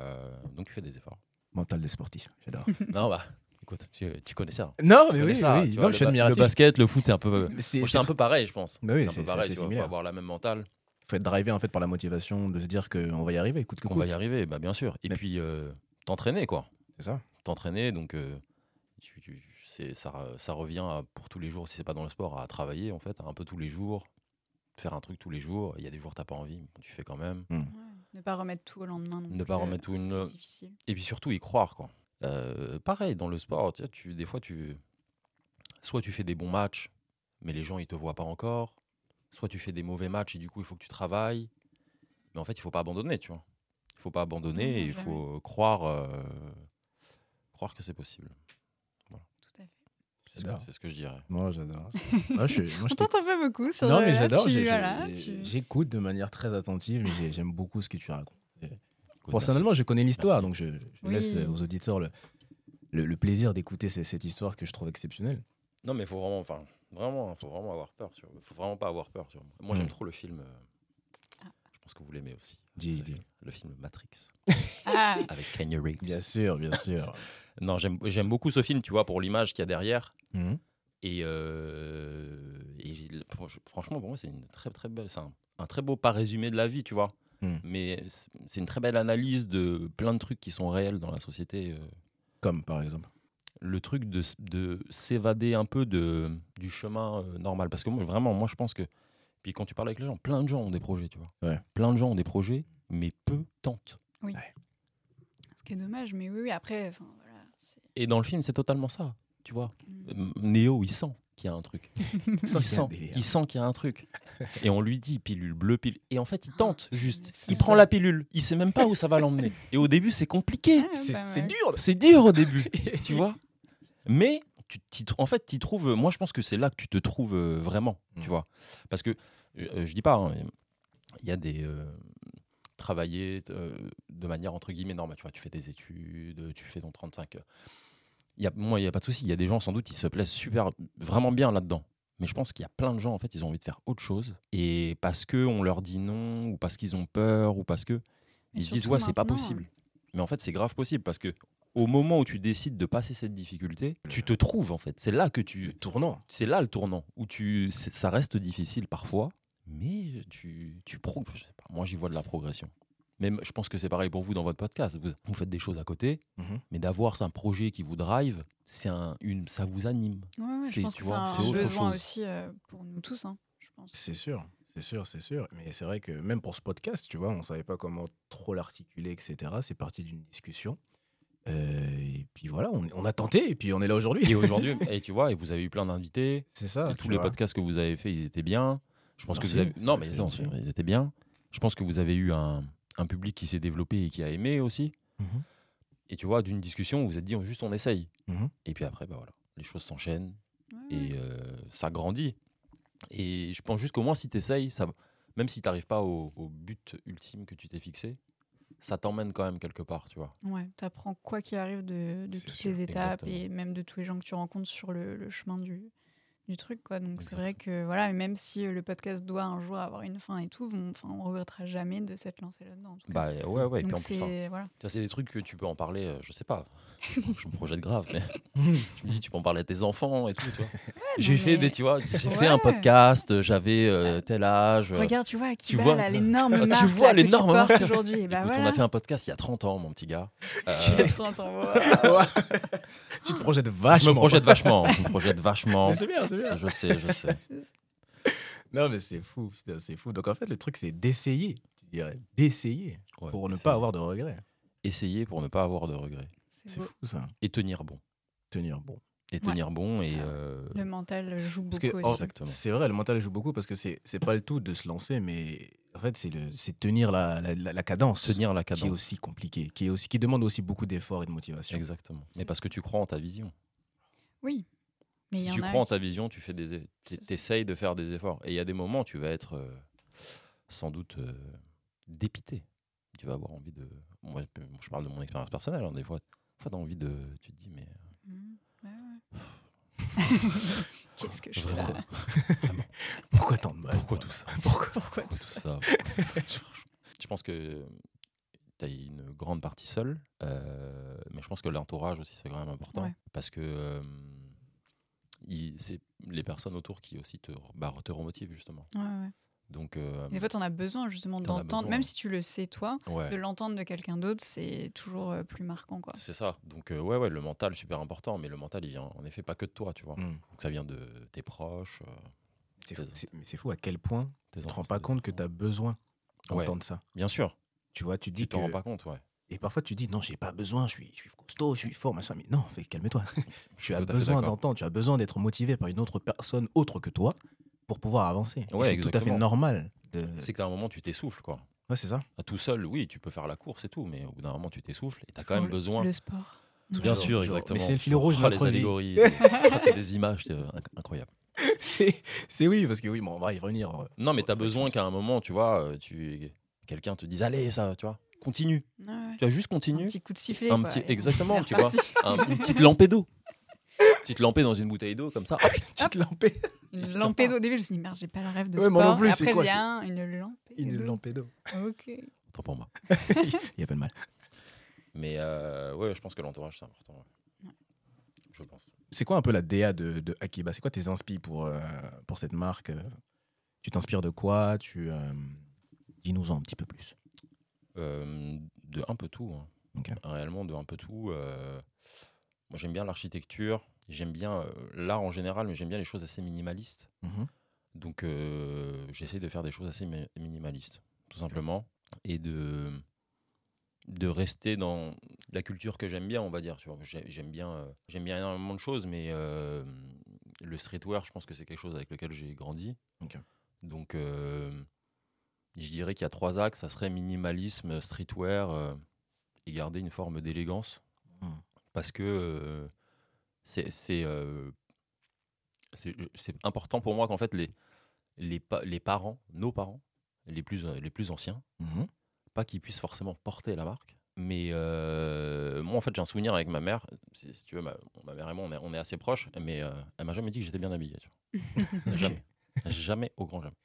[SPEAKER 3] donc, tu fais des efforts.
[SPEAKER 1] Mental des sportifs, j'adore.
[SPEAKER 3] non, bah, écoute, tu, tu connais ça. hein.
[SPEAKER 1] non, Ah,
[SPEAKER 3] Tu
[SPEAKER 1] mais
[SPEAKER 3] connais
[SPEAKER 1] oui,
[SPEAKER 3] ça,
[SPEAKER 1] oui.
[SPEAKER 3] tu
[SPEAKER 1] Non, je
[SPEAKER 3] vois, le,
[SPEAKER 1] suis
[SPEAKER 3] ba- le
[SPEAKER 1] admiratif.
[SPEAKER 3] basket, le foot, c'est un peu,
[SPEAKER 1] C'est
[SPEAKER 3] c'est
[SPEAKER 1] c'est
[SPEAKER 3] un peu pareil, je pense.
[SPEAKER 1] Bah oui,
[SPEAKER 3] C'est
[SPEAKER 1] c'est-
[SPEAKER 3] un peu
[SPEAKER 1] c'est
[SPEAKER 3] pareil,
[SPEAKER 1] assez
[SPEAKER 3] tu vois, faut
[SPEAKER 1] similaire.
[SPEAKER 3] avoir la même mentale
[SPEAKER 1] faut être drivé en fait par la motivation de se dire qu'on va y arriver, coûte que
[SPEAKER 3] qu'on
[SPEAKER 1] coûte.
[SPEAKER 3] va y arriver, bah bien sûr. Et
[SPEAKER 1] Mais-
[SPEAKER 3] puis euh, t'entraîner quoi,
[SPEAKER 1] C'est ça.
[SPEAKER 3] t'entraîner donc euh, tu- tu- c'est ça, re- ça revient à- pour tous les jours si c'est pas dans le sport à travailler en fait, à un peu tous les jours, faire un truc tous les jours. Il y a des jours t'as pas envie, bon, tu fais quand même.
[SPEAKER 2] Ouais. Ne pas remettre tout au lendemain. non
[SPEAKER 3] Ne pas
[SPEAKER 2] plus, euh,
[SPEAKER 3] remettre tout
[SPEAKER 2] c'est
[SPEAKER 3] une-
[SPEAKER 2] difficile.
[SPEAKER 3] Et puis surtout y croire quoi. Euh, pareil dans le sport, tu, vois, tu- des fois tu soit tu fais des bons matchs, mais les gens ils te voient pas encore. Soit tu fais des mauvais matchs et du coup il faut que tu travailles. Mais en fait il faut pas abandonner, tu vois. Il faut pas abandonner,
[SPEAKER 2] Non,
[SPEAKER 3] et
[SPEAKER 2] non,
[SPEAKER 3] il
[SPEAKER 2] jamais.
[SPEAKER 3] faut croire, euh, croire que c'est possible.
[SPEAKER 2] Tout à fait.
[SPEAKER 3] C'est ce, que-
[SPEAKER 1] J'adore.
[SPEAKER 3] c'est ce que je dirais.
[SPEAKER 1] Moi, j'adore. moi, je, suis- moi, je
[SPEAKER 2] On t'entend pas beaucoup sur
[SPEAKER 1] Non,
[SPEAKER 2] le-
[SPEAKER 1] mais
[SPEAKER 2] là,
[SPEAKER 1] j'adore.
[SPEAKER 2] tu-
[SPEAKER 1] j'ai- j'ai-
[SPEAKER 2] voilà,
[SPEAKER 1] j'ai-
[SPEAKER 2] tu-
[SPEAKER 1] J'écoute de manière très attentive. j'ai- J'aime beaucoup ce que tu racontes.
[SPEAKER 3] Écoute,
[SPEAKER 1] Personnellement, je connais l'histoire,
[SPEAKER 3] Merci.
[SPEAKER 1] donc je, je
[SPEAKER 2] Oui.
[SPEAKER 1] laisse euh, aux auditeurs le, le, le plaisir d'écouter ces- cette histoire que je trouve exceptionnelle.
[SPEAKER 3] merci. Non mais faut vraiment, enfin, vraiment, hein, faut vraiment avoir peur. Tu vois. Faut vraiment pas avoir peur. Tu vois. Moi
[SPEAKER 1] Mm.
[SPEAKER 3] j'aime trop le film. euh,
[SPEAKER 2] Ah.
[SPEAKER 3] Je pense que vous l'aimez aussi.
[SPEAKER 1] Dis,
[SPEAKER 3] C'est
[SPEAKER 1] dis.
[SPEAKER 3] Le film Matrix
[SPEAKER 2] Ah,
[SPEAKER 3] avec Kanye Reeves.
[SPEAKER 1] Bien sûr, bien sûr.
[SPEAKER 3] Non, j'aime j'aime beaucoup ce film, tu vois, pour l'image qu'il y a derrière.
[SPEAKER 1] Mhm.
[SPEAKER 3] Et, euh, et j'ai- franch- franchement, pour moi, c'est une très très belle, c'est un, un très beau pas résumé de la vie, tu vois.
[SPEAKER 1] Mm.
[SPEAKER 3] Mais c'est- c'est une très belle analyse de plein de trucs qui sont réels dans la société. euh.
[SPEAKER 1] Comme par exemple.
[SPEAKER 3] Le truc de, s- de s'évader un peu de, du chemin euh, normal. Parce que moi, vraiment, moi, je pense que. Puis quand tu parles avec les gens, plein de gens ont des projets, tu vois.
[SPEAKER 1] Ouais.
[SPEAKER 3] Plein de gens ont des projets, mais peu tentent.
[SPEAKER 2] ce qui est dommage, mais oui, oui après, enfin, voilà, c'est-
[SPEAKER 3] Et dans le film, c'est totalement ça, tu vois.
[SPEAKER 2] Mm.
[SPEAKER 3] M- Néo, il sent qu'il y a un truc.
[SPEAKER 1] Ça, c'est un
[SPEAKER 3] il sent,
[SPEAKER 1] délire.
[SPEAKER 3] il sent qu'il y a un truc. Et on lui dit pilule bleue, pilule. Et en fait, il tente
[SPEAKER 1] Ah,
[SPEAKER 3] juste.
[SPEAKER 2] c'est
[SPEAKER 3] Il
[SPEAKER 2] ça.
[SPEAKER 3] prend la pilule. Il sait même pas où ça va l'emmener. Et au début, c'est compliqué.
[SPEAKER 2] Ah,
[SPEAKER 1] C'est
[SPEAKER 2] pas
[SPEAKER 1] c'est
[SPEAKER 2] mal.
[SPEAKER 1] dur.
[SPEAKER 3] C'est dur au début, tu vois. Mais tu, t'y tr- en fait, tu trouves. Moi, je pense que c'est là que tu te trouves euh, vraiment,
[SPEAKER 1] Mm.
[SPEAKER 3] tu vois. Parce que euh, je dis pas, hein, il y a des euh, travailler euh, de manière entre guillemets normale. Tu vois, tu fais des études, euh, tu fais ton 35 heures. Il y a, moi, il y a pas de souci. Il y a des gens sans doute qui se plaisent super, vraiment bien là-dedans. Mais je pense qu'il y a plein de gens en fait, ils ont envie de faire autre chose et parce que on leur dit non ou parce qu'ils ont peur ou parce que
[SPEAKER 2] Mais
[SPEAKER 3] ils se disent
[SPEAKER 2] surtout
[SPEAKER 3] ouais c'est pas
[SPEAKER 2] maintenant, hein.
[SPEAKER 3] possible mais en fait c'est grave possible parce que au moment où tu décides de passer cette difficulté tu te trouves en fait c'est là que
[SPEAKER 1] Le
[SPEAKER 3] tu
[SPEAKER 1] tournant.
[SPEAKER 3] c'est là le tournant où tu c'est- ça reste difficile parfois mais tu tu pro- je sais pas, moi j'y vois de la progression même je pense que c'est pareil pour vous dans votre podcast vous, vous faites des choses à côté
[SPEAKER 1] Mhm.
[SPEAKER 3] mais d'avoir un projet qui vous drive c'est un une ça vous anime
[SPEAKER 2] Ouais, ouais, je
[SPEAKER 3] C'est-
[SPEAKER 2] pense
[SPEAKER 3] tu
[SPEAKER 2] que
[SPEAKER 3] vois,
[SPEAKER 2] c'est
[SPEAKER 3] c'est
[SPEAKER 2] un
[SPEAKER 3] autre
[SPEAKER 2] besoin
[SPEAKER 3] chose.
[SPEAKER 2] aussi euh, pour nous tous, hein, je pense.
[SPEAKER 1] C'est sûr, c'est sûr, c'est sûr. Mais c'est vrai que même pour ce podcast, tu vois, on savait pas comment trop l'articuler, etc. C'est parti d'une discussion. Euh, et puis voilà, on, on a tenté et puis on est là aujourd'hui.
[SPEAKER 3] et aujourd'hui et tu vois et vous avez eu plein d'invités
[SPEAKER 1] C'est ça.
[SPEAKER 3] Et
[SPEAKER 1] Ah, tu
[SPEAKER 3] tous les
[SPEAKER 1] vois. Ah,
[SPEAKER 3] podcasts que vous avez fait, ils étaient bien. Je pense que vous
[SPEAKER 1] Merci.
[SPEAKER 3] avez... non, mais
[SPEAKER 1] Merci,
[SPEAKER 3] non,
[SPEAKER 1] merci.
[SPEAKER 3] ils étaient bien. Je pense que vous avez eu un, un public qui s'est développé et qui a aimé aussi.
[SPEAKER 1] Mhm.
[SPEAKER 3] Et tu vois, d'une discussion, vous vous êtes dit on- juste on essaye.
[SPEAKER 1] Mhm.
[SPEAKER 3] Et puis après, bah voilà, les choses s'enchaînent
[SPEAKER 2] Ouais, ouais.
[SPEAKER 3] et euh, ça grandit. Et je pense juste qu'au moins si tu essayes, ça... même si tu n'arrives pas au, au but ultime que tu t'es fixé, ça t'emmène quand même quelque part, tu vois.
[SPEAKER 2] Ouais, tu apprends quoi qu'il arrive de, de
[SPEAKER 1] C'est
[SPEAKER 2] toutes
[SPEAKER 1] sûr,
[SPEAKER 2] les étapes et
[SPEAKER 3] exactement.
[SPEAKER 2] même de tous les gens que tu rencontres sur le, le chemin du, du truc. Quoi. Donc c'est vrai que voilà, et même si euh, le podcast doit un jour avoir une fin et tout, on, enfin, on regrettera jamais de s'être lancé là-dedans. en tout cas.
[SPEAKER 3] Bah ouais, ouais. Et puis
[SPEAKER 2] Donc
[SPEAKER 3] en plus,
[SPEAKER 2] c'est
[SPEAKER 3] hein,
[SPEAKER 2] voilà.
[SPEAKER 3] Tu vois, c'est des trucs que tu peux en parler, euh, je sais pas. je me projette grave, mais
[SPEAKER 1] Mhm.
[SPEAKER 3] je me dis, tu peux en parler à tes enfants et tout, tu vois. j'ai
[SPEAKER 2] non,
[SPEAKER 3] fait
[SPEAKER 2] mais-
[SPEAKER 3] des, tu vois, j'ai
[SPEAKER 2] Ouais.
[SPEAKER 3] fait un podcast, euh, j'avais euh, tel âge. euh,
[SPEAKER 2] Regarde, tu vois, à qui
[SPEAKER 3] tu
[SPEAKER 2] va,
[SPEAKER 3] vois,
[SPEAKER 2] là,
[SPEAKER 3] ça-
[SPEAKER 2] l'énorme
[SPEAKER 3] Tu
[SPEAKER 2] marque
[SPEAKER 3] vois
[SPEAKER 2] là, que
[SPEAKER 3] l'énorme
[SPEAKER 2] tu portes
[SPEAKER 3] marque.
[SPEAKER 2] aujourd'hui. Et bah
[SPEAKER 3] hein. écoute,
[SPEAKER 2] voilà.
[SPEAKER 3] on a fait un podcast il y a 30 ans, mon petit gars. Euh,
[SPEAKER 1] tu te projettes
[SPEAKER 3] je
[SPEAKER 1] vachement.
[SPEAKER 3] me projette vachement, je me projette vachement.
[SPEAKER 1] Ah, Mais c'est bien, c'est bien.
[SPEAKER 3] Je sais, je sais.
[SPEAKER 1] Non, mais c'est fou, putain, c'est fou. Donc en fait, le truc, c'est d'essayer, tu dirais, d'essayer
[SPEAKER 3] Ouais,
[SPEAKER 1] pour ne
[SPEAKER 3] essayer.
[SPEAKER 1] pas avoir de regrets.
[SPEAKER 3] Essayer pour ne pas avoir de regrets.
[SPEAKER 2] C'est
[SPEAKER 1] C'est
[SPEAKER 2] beau.
[SPEAKER 1] fou ça.
[SPEAKER 3] Et tenir bon.
[SPEAKER 1] Tenir bon.
[SPEAKER 3] Et tenir bon et...
[SPEAKER 2] Ça,
[SPEAKER 3] euh,
[SPEAKER 2] Le mental joue
[SPEAKER 1] Parce que
[SPEAKER 2] beaucoup
[SPEAKER 1] en-
[SPEAKER 3] oh,
[SPEAKER 2] aussi.
[SPEAKER 3] Exactement.
[SPEAKER 1] c'est vrai, le mental joue beaucoup parce que c'est c'est pas le tout de se lancer, mais
[SPEAKER 4] En fait, c'est le- c'est tenir la, la- la- la cadence,
[SPEAKER 3] Tenir la
[SPEAKER 4] qui est
[SPEAKER 3] cadence.
[SPEAKER 4] aussi compliquée, qui, est aussi, qui demande aussi beaucoup d'efforts et de motivation.
[SPEAKER 3] Exactement. Mais parce que tu crois en ta vision.
[SPEAKER 2] Oui. Mais il
[SPEAKER 3] si
[SPEAKER 2] y
[SPEAKER 3] tu
[SPEAKER 2] en a
[SPEAKER 3] crois en
[SPEAKER 2] qui-
[SPEAKER 3] ta vision, tu fais des,
[SPEAKER 2] C'est ça.
[SPEAKER 3] essayes de faire des efforts. Et il y a des moments où tu vas être euh, sans doute euh, dépité. Tu vas avoir envie de. Moi, je peux- je parle de mon expérience personnelle. hein, des fois, tu as envie de. Tu te dis, mais euh,
[SPEAKER 2] Mhm. Ouais, ouais. Qu'est-ce que je fais
[SPEAKER 3] Vraiment.
[SPEAKER 2] là
[SPEAKER 4] Pourquoi tant de mal quoi
[SPEAKER 3] pourquoi tout ça
[SPEAKER 4] Pourquoi
[SPEAKER 2] Pourquoi tout
[SPEAKER 3] Tout
[SPEAKER 2] ça
[SPEAKER 3] ça. je pense que tu as une grande partie seule, euh, mais je pense que l'entourage aussi c'est quand même important
[SPEAKER 2] Ouais.
[SPEAKER 3] parce que euh, il- c'est les personnes autour qui aussi te, bah, te remotivent justement.
[SPEAKER 2] Ouais, ouais.
[SPEAKER 3] Donc, euh,
[SPEAKER 2] Des fois, t'en as besoin justement
[SPEAKER 3] T'en as
[SPEAKER 2] d'entendre,
[SPEAKER 3] besoin,
[SPEAKER 2] même
[SPEAKER 3] ouais.
[SPEAKER 2] si tu le sais toi,
[SPEAKER 3] ouais.
[SPEAKER 2] de l'entendre de quelqu'un d'autre, c'est toujours euh, plus marquant quoi.
[SPEAKER 3] C'est ça. Donc, euh, ouais, ouais, le mental, super important. Mais le mental, il vient en effet pas que de toi, tu vois.
[SPEAKER 4] Hmm.
[SPEAKER 3] Donc, ça vient de tes proches. euh,
[SPEAKER 4] C'est fou, c'est- mais c'est fou à quel point
[SPEAKER 3] tes
[SPEAKER 4] tu te
[SPEAKER 3] enfants,
[SPEAKER 4] rends pas
[SPEAKER 3] tes
[SPEAKER 4] compte que tu
[SPEAKER 3] parents.
[SPEAKER 4] as besoin
[SPEAKER 3] Ouais.
[SPEAKER 4] d'entendre ça.
[SPEAKER 3] Bien sûr.
[SPEAKER 4] Tu vois, tu dis
[SPEAKER 3] Tu
[SPEAKER 4] que...
[SPEAKER 3] t'en rends pas compte, ouais.
[SPEAKER 4] Et parfois tu dis non, j'ai pas besoin, je suis, je suis costaud, je suis fort, machin. Mais non, fait, calme-toi.
[SPEAKER 3] Je suis
[SPEAKER 4] tu as
[SPEAKER 3] tout à fait
[SPEAKER 4] besoin
[SPEAKER 3] d'accord.
[SPEAKER 4] d'entendre, tu as besoin d'être motivé par une autre personne autre que toi pour pouvoir avancer. Et
[SPEAKER 3] Ouais,
[SPEAKER 4] c'est tout à fait
[SPEAKER 3] exactement.
[SPEAKER 4] normal. De...
[SPEAKER 3] C'est qu'à un moment, tu t'essouffles, quoi.
[SPEAKER 4] Ouais, c'est ça.
[SPEAKER 3] À tout seul, oui, tu peux faire la course et tout, mais au bout d'un moment, tu t'essouffles et t'as quand même
[SPEAKER 2] Le-
[SPEAKER 3] besoin.
[SPEAKER 2] Le sport.
[SPEAKER 3] Bien
[SPEAKER 4] Toujours,
[SPEAKER 3] sûr,
[SPEAKER 4] toujours.
[SPEAKER 3] exactement.
[SPEAKER 4] Mais c'est le fil rouge de
[SPEAKER 3] Ah,
[SPEAKER 4] notre vie.
[SPEAKER 3] les allégories. Ça, c'est des images, c'est euh, inc- incroyable.
[SPEAKER 4] c'est, c'est oui, parce que oui, bon, on va y revenir. euh,
[SPEAKER 3] Non, mais
[SPEAKER 4] sur-
[SPEAKER 3] t'as besoin qu'à un moment, tu vois, euh, tu... quelqu'un te dise, allez, ça, tu vois, continue.
[SPEAKER 2] Ouais, ouais.
[SPEAKER 3] Tu as juste
[SPEAKER 2] Un
[SPEAKER 3] continué.
[SPEAKER 2] petit coup de sifflet.
[SPEAKER 3] Un
[SPEAKER 2] quoi,
[SPEAKER 3] petit-
[SPEAKER 2] et on est
[SPEAKER 3] exactement, tu
[SPEAKER 2] reparti.
[SPEAKER 3] Un- une petite lampée d'eau. Petite lampée dans une bouteille d'eau comme ça. Ah, putain,
[SPEAKER 4] Petite lampée.
[SPEAKER 2] Une lampédo. Au début, je me suis dit, merde, j'ai pas le rêve de
[SPEAKER 4] Ouais,
[SPEAKER 2] sport.
[SPEAKER 4] moi non plus,
[SPEAKER 2] Et
[SPEAKER 4] c'est
[SPEAKER 2] Après,
[SPEAKER 4] quoi,
[SPEAKER 2] il y a un- une lampédo.
[SPEAKER 4] Une lampédo.
[SPEAKER 2] Ok.
[SPEAKER 3] Tant pour moi.
[SPEAKER 4] Il y a pas de mal.
[SPEAKER 3] Mais euh, ouais, je pense que l'entourage c'est important. ouais.
[SPEAKER 2] Ouais.
[SPEAKER 3] Je pense.
[SPEAKER 4] C'est quoi un peu la DA de, de Akiba C'est quoi tes inspires pour, euh, pour cette marque euh, Tu t'inspires de quoi Tu euh, dis-nous-en un petit peu plus.
[SPEAKER 3] Euh, de un peu tout. hein.
[SPEAKER 4] Ok.
[SPEAKER 3] Réellement, de un peu tout. euh, moi, j'aime bien l'architecture. J'aime bien euh, l'art en général, mais j'aime bien les choses assez minimalistes.
[SPEAKER 4] Mhm.
[SPEAKER 3] Donc, euh, j'essaie de faire des choses assez mi- minimalistes, tout simplement. Et de, de rester dans la culture que j'aime bien, on va dire. tu vois. J'ai- J'aime bien, euh, j'aime bien énormément de choses, mais euh, le streetwear, je pense que c'est quelque chose avec lequel j'ai grandi.
[SPEAKER 4] Ok.
[SPEAKER 3] Donc, euh, je dirais qu'il y a trois axes. Ça serait minimalisme, streetwear euh, et garder une forme d'élégance.
[SPEAKER 4] Mhm.
[SPEAKER 3] Parce que euh, c'est c'est, euh, c'est- c'est important pour moi qu'en fait, les, les, pa- les parents, nos parents, les plus, euh, les plus anciens,
[SPEAKER 4] Mhm.
[SPEAKER 3] pas qu'ils puissent forcément porter la marque. Mais euh, moi, en fait, j'ai un souvenir avec ma mère. Si, si tu veux, ma, ma mère et moi, on est, on est assez proches, mais euh, elle m'a jamais dit que j'étais bien habillé. tu vois. jamais. Jamais, au grand jamais.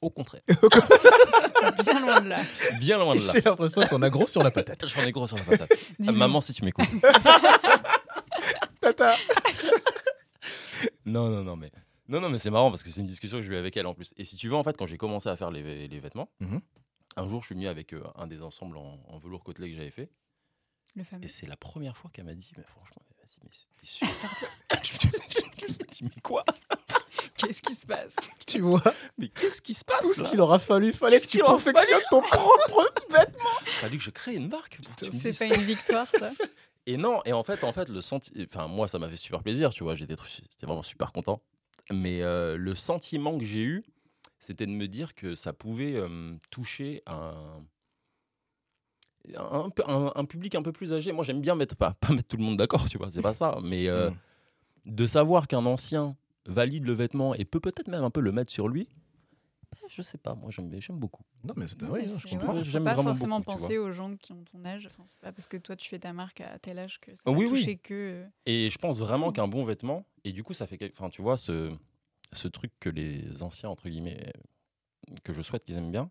[SPEAKER 3] au contraire.
[SPEAKER 2] Bien loin de là.
[SPEAKER 3] Bien loin de là.
[SPEAKER 4] J'ai l'impression qu'on a gros sur la patate.
[SPEAKER 3] J'en ai gros sur la patate.
[SPEAKER 2] Dis-nous.
[SPEAKER 3] Maman, si tu m'écoutes.
[SPEAKER 4] Tata.
[SPEAKER 3] Non, non, non, mais. Non, non, mais c'est marrant parce que c'est une discussion que j'ai eu avec elle en plus. Et si tu veux, en fait, quand j'ai commencé à faire les, les vêtements,
[SPEAKER 4] Mhm.
[SPEAKER 3] un jour, je suis venu avec euh, un des ensembles en, en velours côtelé que j'avais fait.
[SPEAKER 2] Le fameux.
[SPEAKER 3] Et c'est la première fois qu'elle m'a dit, mais franchement, mais vas-y, mais c'était super. je, me suis- je me suis dit, mais quoi
[SPEAKER 2] Qu'est-ce qui se passe
[SPEAKER 4] Tu vois,
[SPEAKER 3] Mais qu'est-ce qui se passe
[SPEAKER 4] tout ce
[SPEAKER 3] là
[SPEAKER 4] qu'il aura fallu, fallait que
[SPEAKER 3] Qu'est-ce
[SPEAKER 4] tu
[SPEAKER 3] qu'il aura
[SPEAKER 4] confectionnes ton propre bête.
[SPEAKER 3] Fallait que je crée une marque. pour que tu me
[SPEAKER 2] C'est
[SPEAKER 3] dises
[SPEAKER 2] pas
[SPEAKER 3] ça.
[SPEAKER 2] une victoire, ça
[SPEAKER 3] Et non, et en fait, en fait, le senti... enfin, moi, ça m'a fait super plaisir, tu vois, j'étais, tr- j'étais vraiment super content. Mais euh, le sentiment que j'ai eu, c'était de me dire que ça pouvait euh, toucher un... Un, peu- un- un public un peu plus âgé. Moi, j'aime bien mettre pas, pas mettre tout le monde d'accord, tu vois, c'est pas ça. Mais euh,
[SPEAKER 4] Mm.
[SPEAKER 3] de savoir qu'un ancien valide le vêtement et peut peut-être même un peu le mettre sur lui, ben, je sais pas. Moi, j'aime, j'aime beaucoup.
[SPEAKER 4] Non, mais c'est
[SPEAKER 2] Non,
[SPEAKER 4] vrai,
[SPEAKER 2] mais
[SPEAKER 4] hein, je
[SPEAKER 2] c'est-
[SPEAKER 4] comprends.
[SPEAKER 2] ouais, faut
[SPEAKER 3] J'aime
[SPEAKER 2] pas
[SPEAKER 3] vraiment
[SPEAKER 2] forcément
[SPEAKER 3] beaucoup, tu
[SPEAKER 2] penser aux gens qui ont ton âge. Enfin, c'est pas parce que toi tu fais ta marque à tel âge que ça va
[SPEAKER 3] Oui, oui.
[SPEAKER 2] toucher que. euh,
[SPEAKER 3] Et je pense vraiment qu'un bon vêtement, et du coup, ça fait quelque. Enfin, tu vois, ce, ce truc que les anciens, entre guillemets, euh, que je souhaite qu'ils aiment bien,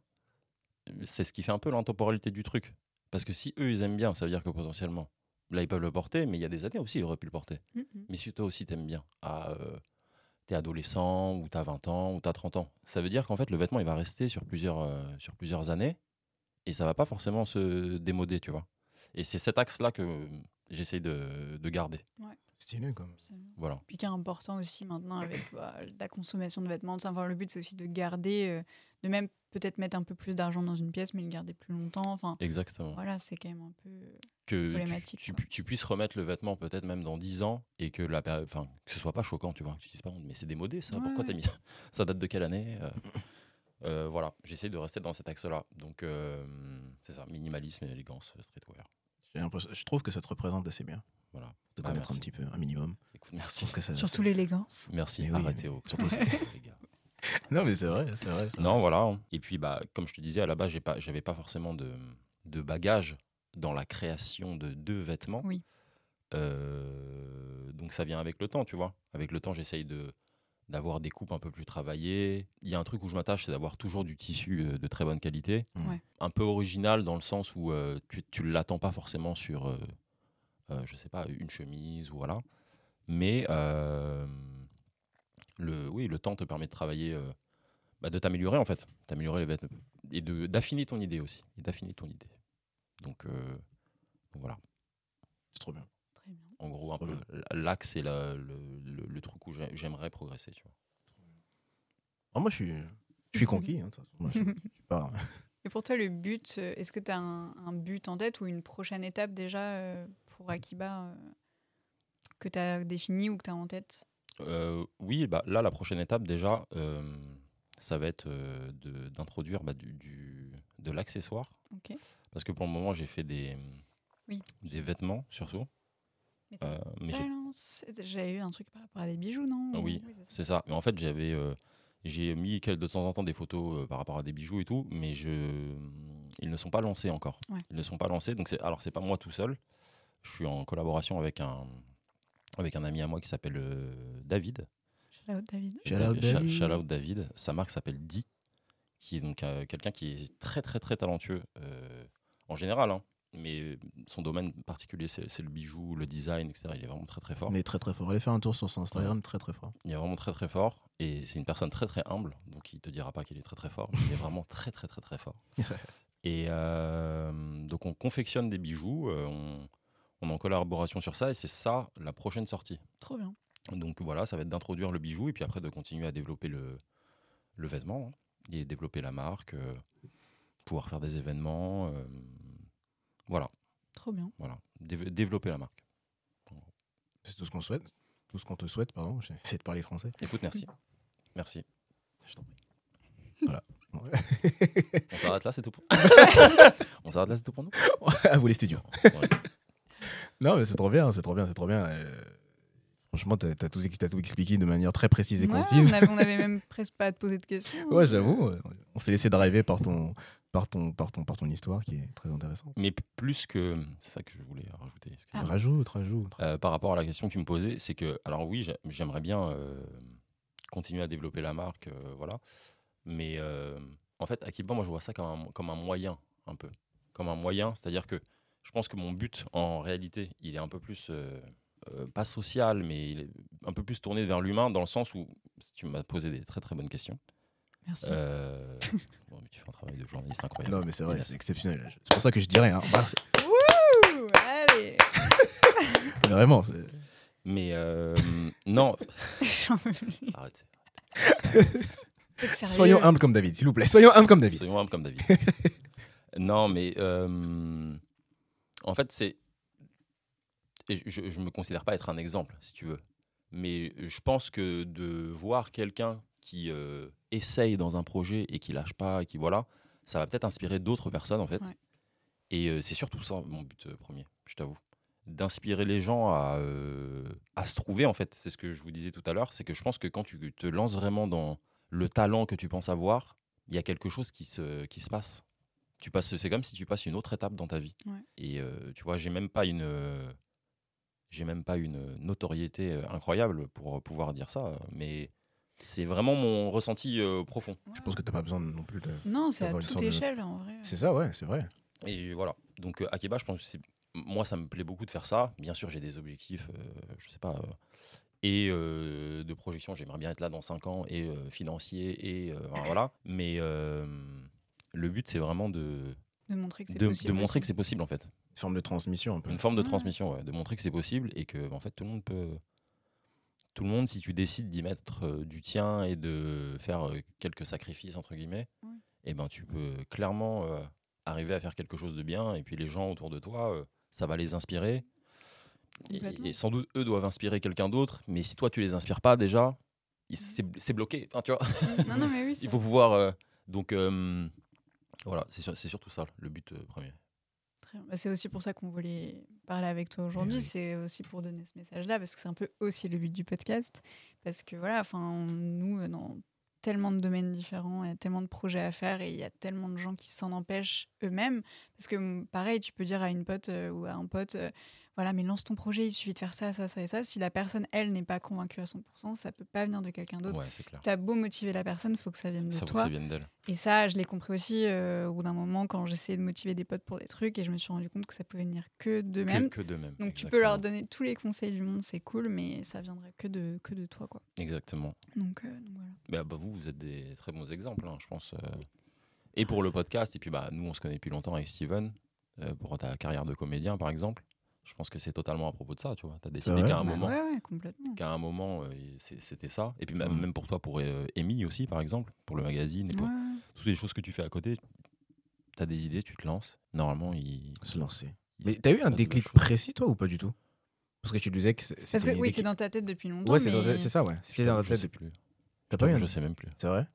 [SPEAKER 3] euh, c'est ce qui fait un peu l'intemporalité du truc. Parce que si eux, ils aiment bien, ça veut dire que potentiellement, là, ils peuvent le porter, mais il y a des années aussi, ils auraient pu le porter.
[SPEAKER 2] Mm, mm.
[SPEAKER 3] Mais si toi aussi, t'aimes bien, à, euh, t'es adolescent, ou t'as 20 ans, ou t'as 30 ans, ça veut dire qu'en fait, le vêtement, il va rester sur plusieurs, euh, sur plusieurs années, et ça va pas forcément se démoder, tu vois. Et c'est cet axe-là que euh, j'essaye de, de garder.
[SPEAKER 4] Stylé, quand même.
[SPEAKER 2] C'est-
[SPEAKER 3] Voilà.
[SPEAKER 2] Puis qui est important aussi maintenant avec bah, la consommation de vêtements. de savoir le but c'est aussi de garder, euh, de même peut-être mettre un peu plus d'argent dans une pièce, mais le garder plus longtemps. Enfin,
[SPEAKER 3] Exactement.
[SPEAKER 2] voilà, c'est quand même un peu. euh,
[SPEAKER 3] Que Euh, tu-
[SPEAKER 2] Problématique,
[SPEAKER 3] tu,
[SPEAKER 2] quoi.
[SPEAKER 3] pu- tu puisses remettre le vêtement peut-être même dans 10 ans et que la période, enfin hein, que ce soit pas choquant, tu vois, que tu te dises pas mais c'est démodé ça,
[SPEAKER 2] Ouais,
[SPEAKER 3] pourquoi
[SPEAKER 2] ouais.
[SPEAKER 3] t'as mis ça Ça date de quelle année Euh, Euh, voilà, j'essaie de rester dans cet axe-là. Donc, euh, c'est ça, minimalisme et élégance, streetwear.
[SPEAKER 1] J'ai l'impression- Je trouve que ça te représente assez bien. Ah,
[SPEAKER 3] Voilà.
[SPEAKER 1] De
[SPEAKER 3] Bah,
[SPEAKER 1] connaître
[SPEAKER 3] merci.
[SPEAKER 1] un petit peu, un minimum.
[SPEAKER 3] Écoute, merci.
[SPEAKER 1] Pour que ça-
[SPEAKER 2] Surtout l'élégance.
[SPEAKER 3] Merci,
[SPEAKER 1] Mais oui,
[SPEAKER 3] arrêtez
[SPEAKER 1] mais-
[SPEAKER 3] au- surtout les gars.
[SPEAKER 1] Non, mais c'est vrai, c'est vrai. ça.
[SPEAKER 3] Non, voilà. Et puis, bah, comme je te disais, à la base, j'ai pas- j'avais pas forcément de, de bagage dans la création de deux vêtements.
[SPEAKER 2] Oui.
[SPEAKER 3] Euh, donc, ça vient avec le temps, tu vois. Avec le temps, j'essaye de d'avoir des coupes un peu plus travaillées. Il y a un truc où je m'attache, c'est d'avoir toujours du tissu euh, de très bonne qualité.
[SPEAKER 1] Mm.
[SPEAKER 2] Mmh. Ouais.
[SPEAKER 3] Un peu original dans le sens où euh, tu tu ne l'attends pas forcément sur, euh, euh, je sais pas, une chemise ou voilà. Mais euh, le, oui, le temps te permet de travailler euh, bah, de t'améliorer en fait, t'améliorer les vêtements et de d'affiner ton idée aussi, et d'affiner ton idée. Donc euh, voilà,
[SPEAKER 1] C'est trop bien.
[SPEAKER 2] Très bien.
[SPEAKER 3] en gros un
[SPEAKER 1] Trop
[SPEAKER 3] peu
[SPEAKER 1] bien.
[SPEAKER 3] l'axe et la- le, le- le truc où j'ai- j'aimerais progresser, tu vois.
[SPEAKER 1] Ah, moi, je suis, je suis conquis. hein, de toute façon. Moi, je, je suis pas-
[SPEAKER 2] Et pour toi, le but, euh, est-ce que tu as un, un but en tête ou une prochaine étape déjà euh, pour Akiba euh, que tu as définie ou que tu as en tête
[SPEAKER 3] Euh, oui, bah, là la prochaine étape déjà, euh, ça va être euh, de- d'introduire bah, du, du- de l'accessoire,
[SPEAKER 2] Ok.
[SPEAKER 3] parce que pour le moment j'ai fait des
[SPEAKER 2] Oui. Ah,
[SPEAKER 3] des vêtements surtout,
[SPEAKER 2] Mais t'as
[SPEAKER 3] euh, mais j'ai
[SPEAKER 2] Balance. J'avais eu un truc par rapport à des bijoux, non
[SPEAKER 3] Ah oui,
[SPEAKER 2] c'est ça.
[SPEAKER 3] C'est ça. Mais en fait, j'avais, euh, j'ai mis quel- de temps en temps des photos euh, par rapport à des bijoux et tout, mais je, ils ne sont pas lancés encore.
[SPEAKER 2] Ouais.
[SPEAKER 3] Ils ne sont pas lancés. Donc c'est, alors c'est pas moi tout seul. Je suis en collaboration avec un, avec un ami à moi qui s'appelle euh, David.
[SPEAKER 2] Shout out, David.
[SPEAKER 1] Shout out
[SPEAKER 3] Sha-
[SPEAKER 1] David.
[SPEAKER 3] shout out David. Sa marque s'appelle Di, qui est donc euh, quelqu'un qui est très très très talentueux euh, en général. hein. Mais son domaine particulier, c'est, c'est le bijou, le design, etc. Il est vraiment très très fort.
[SPEAKER 1] Mais très, très fort. Allez faire un tour sur son Instagram, très, très fort.
[SPEAKER 3] Il est vraiment très très fort et c'est une personne très très humble, donc il te dira pas qu'il est très très fort, mais il est vraiment très très très très fort. Et euh, donc on confectionne des bijoux, euh, on, on est en collaboration sur ça et c'est ça la prochaine sortie.
[SPEAKER 2] Trop bien.
[SPEAKER 3] Donc voilà, ça va être d'introduire le bijou et puis après de continuer à développer le, le vêtement hein, et développer la marque, euh, pouvoir faire des événements, euh, voilà,
[SPEAKER 2] Trop bien.
[SPEAKER 3] voilà, Déve- développer la marque.
[SPEAKER 1] C'est tout ce qu'on souhaite. Tout ce qu'on te souhaite, pardon. J'essaie de parler français.
[SPEAKER 3] Écoute, merci, merci.
[SPEAKER 1] Je t'en prie. Voilà.
[SPEAKER 3] On s'arrête là, c'est tout. Pour... on s'arrête là, c'est tout pour nous.
[SPEAKER 1] à vous les studios.
[SPEAKER 3] Ouais.
[SPEAKER 1] Non, mais c'est trop bien, c'est trop bien, c'est trop bien. euh, Franchement, t'as t'as tout, t'as tout expliqué de manière très précise et
[SPEAKER 2] Ouais,
[SPEAKER 1] concise.
[SPEAKER 2] on, avait, on avait même presque pas à te poser de questions.
[SPEAKER 1] Ouais, j'avoue. euh, On s'est laissé driver par ton, par, ton, par, ton, par ton histoire qui est très intéressante.
[SPEAKER 3] Mais p- plus que. C'est ça que je voulais rajouter.
[SPEAKER 2] Ah.
[SPEAKER 3] excusez-moi.
[SPEAKER 1] Rajoute, rajoute.
[SPEAKER 3] Euh, par rapport à la question que tu me posais, c'est que. Alors oui, j'a- j'aimerais bien euh, continuer à développer la marque, euh, voilà. Mais euh, en fait, Akiba, moi, je vois ça comme un, comme un moyen, un peu. Comme un moyen, c'est-à-dire que je pense que mon but, en réalité, il est un peu plus. euh, euh, pas social, mais il est un peu plus tourné vers l'humain, dans le sens où tu m'as posé des très très bonnes questions.
[SPEAKER 2] Merci.
[SPEAKER 3] Euh, bon, mais tu fais un travail de journaliste incroyable.
[SPEAKER 1] Non, mais c'est vrai, c'est exceptionnel. Je- C'est pour ça que je dirais. Hein. Voilà, c'est-
[SPEAKER 2] Ouh, allez
[SPEAKER 1] Bah, Vraiment. c'est-
[SPEAKER 3] Mais euh, non,
[SPEAKER 2] J'en peux plus.
[SPEAKER 3] arrête.
[SPEAKER 2] Faut être sérieux.
[SPEAKER 1] Soyons humbles comme David, s'il vous plaît. Soyons humbles comme David.
[SPEAKER 3] Soyons humbles comme David. non, mais euh, en fait, c'est. et Je ne me considère pas être un exemple, si tu veux. Mais je pense que de voir quelqu'un qui euh, essaye dans un projet et qui lâche pas, et qui voilà, ça va peut-être inspirer d'autres personnes, en fait.
[SPEAKER 2] Ouais.
[SPEAKER 3] Et euh, c'est surtout ça, mon but euh, premier, je t'avoue. D'inspirer les gens à, euh, à se trouver, en fait. C'est ce que je vous disais tout à l'heure. C'est que je pense que quand tu te lances vraiment dans le talent que tu penses avoir, il y a quelque chose qui se, qui se passe. Tu passes, c'est comme si tu passes une autre étape dans ta vie.
[SPEAKER 2] Ouais.
[SPEAKER 3] Et euh, tu vois, j'ai même pas une, euh, j'ai même pas une notoriété euh, incroyable pour pouvoir dire ça, mais c'est vraiment mon ressenti euh, profond.
[SPEAKER 1] Je pense que t'as pas besoin non plus de.
[SPEAKER 2] Non, c'est à
[SPEAKER 1] D'avoir une
[SPEAKER 2] toute
[SPEAKER 1] sorte de-
[SPEAKER 2] échelle, en vrai.
[SPEAKER 1] C'est ça, ouais, c'est vrai.
[SPEAKER 3] Et voilà. Donc euh, Akeba, je pense que c'est moi ça me plaît beaucoup de faire ça. Bien sûr, j'ai des objectifs, euh, je sais pas euh, et euh, de projection, j'aimerais bien être là dans 5 ans et euh, financier et euh, voilà, mais euh, le but c'est vraiment de
[SPEAKER 2] De montrer que c'est
[SPEAKER 3] de,
[SPEAKER 2] possible.
[SPEAKER 3] de montrer
[SPEAKER 2] aussi. Mmh.
[SPEAKER 3] que c'est possible en fait.
[SPEAKER 1] Une forme de transmission un peu.
[SPEAKER 3] Une forme de
[SPEAKER 2] Ouais.
[SPEAKER 3] transmission, ouais, de montrer que c'est possible et que en fait tout le monde peut tout le monde si tu décides d'y mettre euh, du tien et de faire euh, quelques sacrifices entre guillemets,
[SPEAKER 2] Ouais.
[SPEAKER 3] et ben tu peux clairement euh, arriver à faire quelque chose de bien et puis les gens autour de toi euh, ça va les inspirer Et-
[SPEAKER 2] Complètement.
[SPEAKER 3] et, sans doute eux doivent inspirer quelqu'un d'autre mais si toi tu les inspires pas déjà ils- c'est c'est bloqué Enfin, tu vois
[SPEAKER 2] Non, non, mais oui,
[SPEAKER 3] il
[SPEAKER 2] ça-
[SPEAKER 3] faut pouvoir euh, Donc euh, voilà, c'est sur- c'est surtout ça le but euh, premier.
[SPEAKER 2] Très bien. Bah, C'est aussi pour ça qu'on voulait parler avec toi
[SPEAKER 3] Eh
[SPEAKER 2] aujourd'hui.
[SPEAKER 4] oui.
[SPEAKER 2] C'est aussi pour donner ce message-là, parce que c'est un peu aussi le but du podcast. Parce que voilà, enfin, on- nous, euh, dans tellement de domaines différents, il y a tellement de projets à faire et il y a tellement de gens qui s'en empêchent eux-mêmes. Parce que m- pareil, tu peux dire à une pote euh, ou à un pote, euh, voilà, mais lance ton projet, il suffit de faire ça, ça, ça et ça. Si la personne, elle, n'est pas convaincue à 100%, ça peut pas venir de quelqu'un d'autre.
[SPEAKER 3] Ouais, c'est clair.
[SPEAKER 2] T'as beau motiver la personne, faut que ça vienne de
[SPEAKER 3] Ça faut que
[SPEAKER 2] toi.
[SPEAKER 3] ça vienne d'elle.
[SPEAKER 2] Et ça, je l'ai compris aussi euh, au bout d'un moment quand j'essayais de motiver des potes pour des trucs et je me suis rendu compte que ça pouvait venir que
[SPEAKER 3] Que-
[SPEAKER 2] d'eux-mêmes.
[SPEAKER 3] Que, d'eux-mêmes.
[SPEAKER 2] Donc tu peux leur
[SPEAKER 3] exactement.
[SPEAKER 2] donner tous les conseils du monde, c'est cool, mais ça viendrait que de, que de toi. Quoi.
[SPEAKER 3] Exactement.
[SPEAKER 2] Donc, euh, donc voilà.
[SPEAKER 3] Bah, bah, vous, vous êtes des très bons exemples, hein, je pense. euh, et pour le podcast, et puis bah, nous, on se connaît depuis longtemps avec Steven, euh, pour ta carrière de comédien, par exemple. Je pense que c'est totalement à propos de ça, tu vois. Tu as décidé
[SPEAKER 1] vrai,
[SPEAKER 3] qu'à un
[SPEAKER 2] Ouais,
[SPEAKER 3] moment,
[SPEAKER 2] Bah Ouais, ouais, complètement.
[SPEAKER 3] qu'à un moment euh, et c'est- c'était ça. Et puis bah,
[SPEAKER 1] Mhm.
[SPEAKER 3] même pour toi, pour euh, Amy aussi, par exemple, pour le magazine, et pour
[SPEAKER 2] Ouais, ouais.
[SPEAKER 3] toutes les choses que tu fais à côté, tu as des idées, tu te lances. Normalement, il.
[SPEAKER 1] Se lancer.
[SPEAKER 3] il
[SPEAKER 1] Mais
[SPEAKER 3] se-
[SPEAKER 1] t'as
[SPEAKER 3] il
[SPEAKER 1] eu
[SPEAKER 3] se
[SPEAKER 1] un
[SPEAKER 3] passe de
[SPEAKER 1] déclic
[SPEAKER 3] choses.
[SPEAKER 1] précis, toi, ou pas du tout Parce que tu disais que c'est- c'était.
[SPEAKER 2] Parce que
[SPEAKER 1] des
[SPEAKER 2] oui, c'est
[SPEAKER 1] déclics.
[SPEAKER 2] dans ta tête depuis longtemps.
[SPEAKER 1] Ouais, c'est dans
[SPEAKER 2] mais...
[SPEAKER 1] ta- c'est ça, ouais. C'était dans la
[SPEAKER 3] Je
[SPEAKER 1] tête
[SPEAKER 3] sais
[SPEAKER 1] depuis.
[SPEAKER 3] plus.
[SPEAKER 1] T'as pas eu un-
[SPEAKER 3] Je sais même plus.
[SPEAKER 1] C'est vrai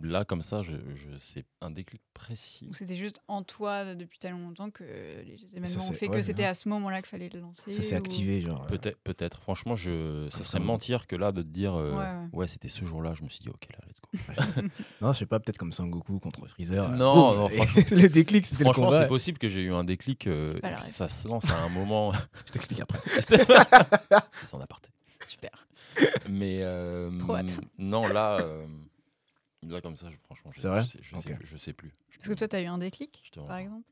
[SPEAKER 3] Là, comme ça, je, je- c'est un déclic précis.
[SPEAKER 2] Ou c'était juste en toi euh, depuis tellement longtemps que les événements
[SPEAKER 1] ça,
[SPEAKER 2] ont
[SPEAKER 1] c'est-
[SPEAKER 2] fait
[SPEAKER 1] ouais,
[SPEAKER 2] que c'était à ce moment-là qu'il fallait le lancer.
[SPEAKER 1] Ça s'est
[SPEAKER 2] ou-
[SPEAKER 1] activé, genre. euh,
[SPEAKER 3] Peut-être, peut-être. Franchement, je, ça
[SPEAKER 1] Comme ça.
[SPEAKER 3] serait mentir que là de te dire, euh,
[SPEAKER 2] Ouais,
[SPEAKER 3] ouais,
[SPEAKER 2] ouais.
[SPEAKER 3] c'était ce jour-là. Je me suis dit, ok, là, let's go.
[SPEAKER 1] Non, je sais pas, peut-être comme Sangoku contre Freezer. là.
[SPEAKER 3] Non,
[SPEAKER 1] Boum
[SPEAKER 3] non,
[SPEAKER 1] Et
[SPEAKER 3] franchement-
[SPEAKER 1] le déclic, c'était le
[SPEAKER 3] Franchement,
[SPEAKER 1] combat.
[SPEAKER 3] c'est possible que j'ai eu un déclic. euh,
[SPEAKER 2] Pas la
[SPEAKER 3] et que
[SPEAKER 2] ref.
[SPEAKER 3] ça se lance à un moment.
[SPEAKER 1] Je t'explique après.
[SPEAKER 3] C'est son aparté.
[SPEAKER 2] Super.
[SPEAKER 3] Mais euh,
[SPEAKER 2] Trop hâte.
[SPEAKER 3] non, là, euh, là comme ça, je- franchement, je,
[SPEAKER 1] C'est vrai
[SPEAKER 3] je sais, je sais
[SPEAKER 1] Ok.
[SPEAKER 3] plus- je sais plus. Je
[SPEAKER 2] Parce que
[SPEAKER 3] te-
[SPEAKER 2] toi, t'as eu un déclic,
[SPEAKER 3] je te
[SPEAKER 2] par exemple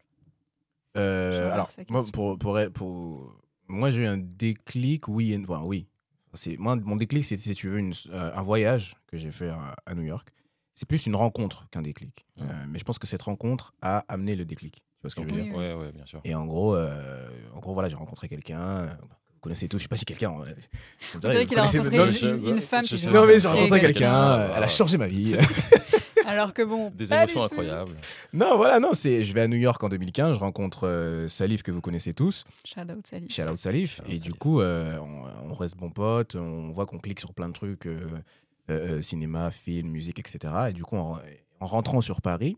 [SPEAKER 1] Euh,
[SPEAKER 2] Je renverse
[SPEAKER 1] alors,
[SPEAKER 2] la
[SPEAKER 1] moi,
[SPEAKER 2] question.
[SPEAKER 1] pour, pour, pour- moi j'ai eu un déclic, oui, et- enfin, oui. C'est, moi, mon déclic, c'était, si tu veux, une- euh, un voyage que j'ai fait à, à New York. C'est plus une rencontre qu'un déclic.
[SPEAKER 3] Mhm.
[SPEAKER 1] Euh, mais je pense que cette rencontre a amené le déclic. Tu vois ce que je veux
[SPEAKER 2] Oui,
[SPEAKER 1] dire
[SPEAKER 2] oui.
[SPEAKER 3] Ouais, ouais, bien sûr.
[SPEAKER 1] Et en gros, euh, en gros voilà, j'ai rencontré quelqu'un. euh, Vous connaissez tous, je sais pas si quelqu'un. euh, on
[SPEAKER 2] On dirait qu'il a
[SPEAKER 1] vous connaissez-
[SPEAKER 2] rencontré
[SPEAKER 1] non,
[SPEAKER 2] une,
[SPEAKER 1] mais-
[SPEAKER 3] je-
[SPEAKER 2] une- une
[SPEAKER 3] ouais,
[SPEAKER 2] femme.
[SPEAKER 3] je
[SPEAKER 2] qui
[SPEAKER 3] sais.
[SPEAKER 2] lui a
[SPEAKER 1] Non, mais j'ai
[SPEAKER 3] j'ai
[SPEAKER 1] rencontré
[SPEAKER 3] rencontré
[SPEAKER 1] quelqu'un,
[SPEAKER 3] quelqu'un,
[SPEAKER 1] euh, elle a changé ma vie.
[SPEAKER 2] Alors que bon,
[SPEAKER 3] Des
[SPEAKER 2] pas
[SPEAKER 3] émotions
[SPEAKER 2] du tout.
[SPEAKER 3] incroyables.
[SPEAKER 1] non, voilà, non, c'est, je vais à New York en 2015, je rencontre euh, Salif que vous connaissez tous.
[SPEAKER 2] Shout out, Sally.
[SPEAKER 1] Shout out Salif.
[SPEAKER 3] Shout out
[SPEAKER 1] Et du
[SPEAKER 3] Salif.
[SPEAKER 1] coup, euh, on, on reste bon pote, on voit qu'on clique sur plein de trucs, euh, euh, euh, cinéma, film, musique, etc. Et du coup, en, en rentrant sur Paris,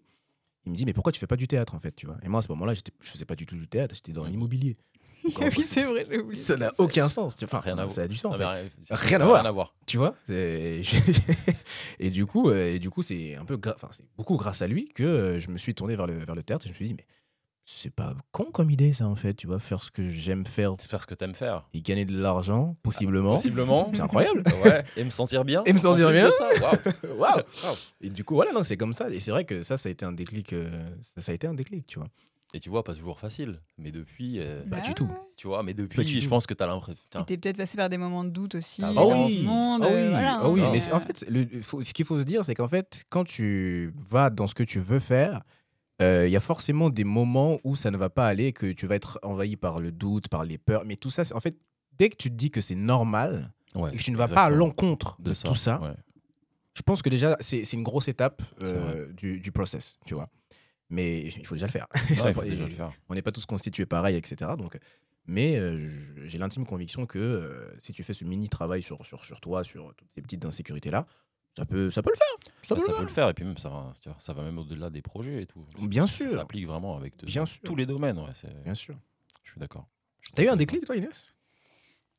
[SPEAKER 1] il me dit, mais pourquoi tu fais pas du théâtre en fait, tu vois Et moi, à ce moment-là, j'étais- je faisais pas du tout du théâtre, j'étais dans l'immobilier. Donc, en
[SPEAKER 2] oui,
[SPEAKER 1] vrai,
[SPEAKER 2] c'est vrai, j'ai oublié.
[SPEAKER 1] Ça n'a aucun sens, tu vois. Enfin,
[SPEAKER 3] Rien à Ah, bah.
[SPEAKER 1] ça, ça a du
[SPEAKER 3] Non,
[SPEAKER 1] sens.
[SPEAKER 3] mais
[SPEAKER 1] mais-
[SPEAKER 3] rien,
[SPEAKER 1] Rien à voir.
[SPEAKER 3] Rien à voir.
[SPEAKER 1] tu vois C'est- et du coup euh, et du coup c'est un peu gra- enfin, c'est beaucoup grâce à lui que euh, je me suis tourné vers le vers le théâtre et je me suis dit mais c'est pas con comme idée ça en fait tu vois faire ce que j'aime faire
[SPEAKER 3] C'est faire ce que t'aimes faire.
[SPEAKER 1] et gagner de l'argent
[SPEAKER 3] Ah,
[SPEAKER 1] possiblement
[SPEAKER 3] Possiblement.
[SPEAKER 1] c'est incroyable
[SPEAKER 3] Ouais. Et me sentir bien.
[SPEAKER 1] Et me
[SPEAKER 3] en
[SPEAKER 1] sentir
[SPEAKER 3] plus de
[SPEAKER 1] bien.
[SPEAKER 3] ça, waouh.
[SPEAKER 1] Waouh et du coup voilà non c'est comme ça et c'est vrai que ça ça a été un déclic euh, ça, ça a été un déclic tu vois
[SPEAKER 3] Et tu vois, pas toujours facile. Mais depuis, euh,
[SPEAKER 1] Bah,
[SPEAKER 2] Bah
[SPEAKER 1] du tout
[SPEAKER 2] ouais.
[SPEAKER 3] tu vois, mais
[SPEAKER 1] Pas
[SPEAKER 3] depuis,
[SPEAKER 1] du
[SPEAKER 3] je
[SPEAKER 1] tout.
[SPEAKER 3] pense que t'as l'impression. tiens,
[SPEAKER 2] Et t'es peut-être passé par des moments de doute aussi.
[SPEAKER 3] Ah
[SPEAKER 2] dans
[SPEAKER 3] bah
[SPEAKER 1] Ah
[SPEAKER 3] oui.
[SPEAKER 2] ce monde,
[SPEAKER 1] Ah oui,
[SPEAKER 2] euh, voilà,
[SPEAKER 1] ah oui,
[SPEAKER 2] hein,
[SPEAKER 3] non.
[SPEAKER 1] mais c'est- en fait, le- faut- ce qu'il faut se dire, c'est qu'en fait, quand tu vas dans ce que tu veux faire, euh, il y a forcément des moments où ça ne va pas aller, que tu vas être envahi par le doute, par les peurs, mais tout ça, c'est- en fait, dès que tu te dis que c'est normal
[SPEAKER 3] ouais,
[SPEAKER 1] et que tu ne vas pas à
[SPEAKER 3] exactement.
[SPEAKER 1] l'encontre de, tout ça,
[SPEAKER 3] ouais.
[SPEAKER 1] je pense que déjà, c'est c'est une grosse étape
[SPEAKER 3] C'est
[SPEAKER 1] euh, du, du process, tu vois. Mais il faut déjà le faire.
[SPEAKER 3] Ouais,
[SPEAKER 1] Ça
[SPEAKER 3] il faut
[SPEAKER 1] prend-
[SPEAKER 3] déjà le faire.
[SPEAKER 1] on n'est pas tous constitués pareil, etc. Donc, mais euh, je- j'ai l'intime conviction que euh, si tu fais ce mini travail sur, sur, sur toi, sur toutes ces petites insécurités là, ça peut, ça peut le faire. Ça
[SPEAKER 3] Bah,
[SPEAKER 1] peut
[SPEAKER 3] ça
[SPEAKER 1] le faire.
[SPEAKER 3] peut le faire. Et puis même, ça va, tu vois, ça va même au-delà des projets et tout. C'est-
[SPEAKER 1] Bien
[SPEAKER 3] ça-
[SPEAKER 1] sûr.
[SPEAKER 3] Ça s'applique vraiment avec de-
[SPEAKER 1] Bien sûr.
[SPEAKER 3] tous les domaines. Ouais, c'est-
[SPEAKER 1] Bien sûr.
[SPEAKER 3] je suis d'accord. Je suis
[SPEAKER 1] T'as eu un
[SPEAKER 3] d'accord.
[SPEAKER 1] déclic toi, Inès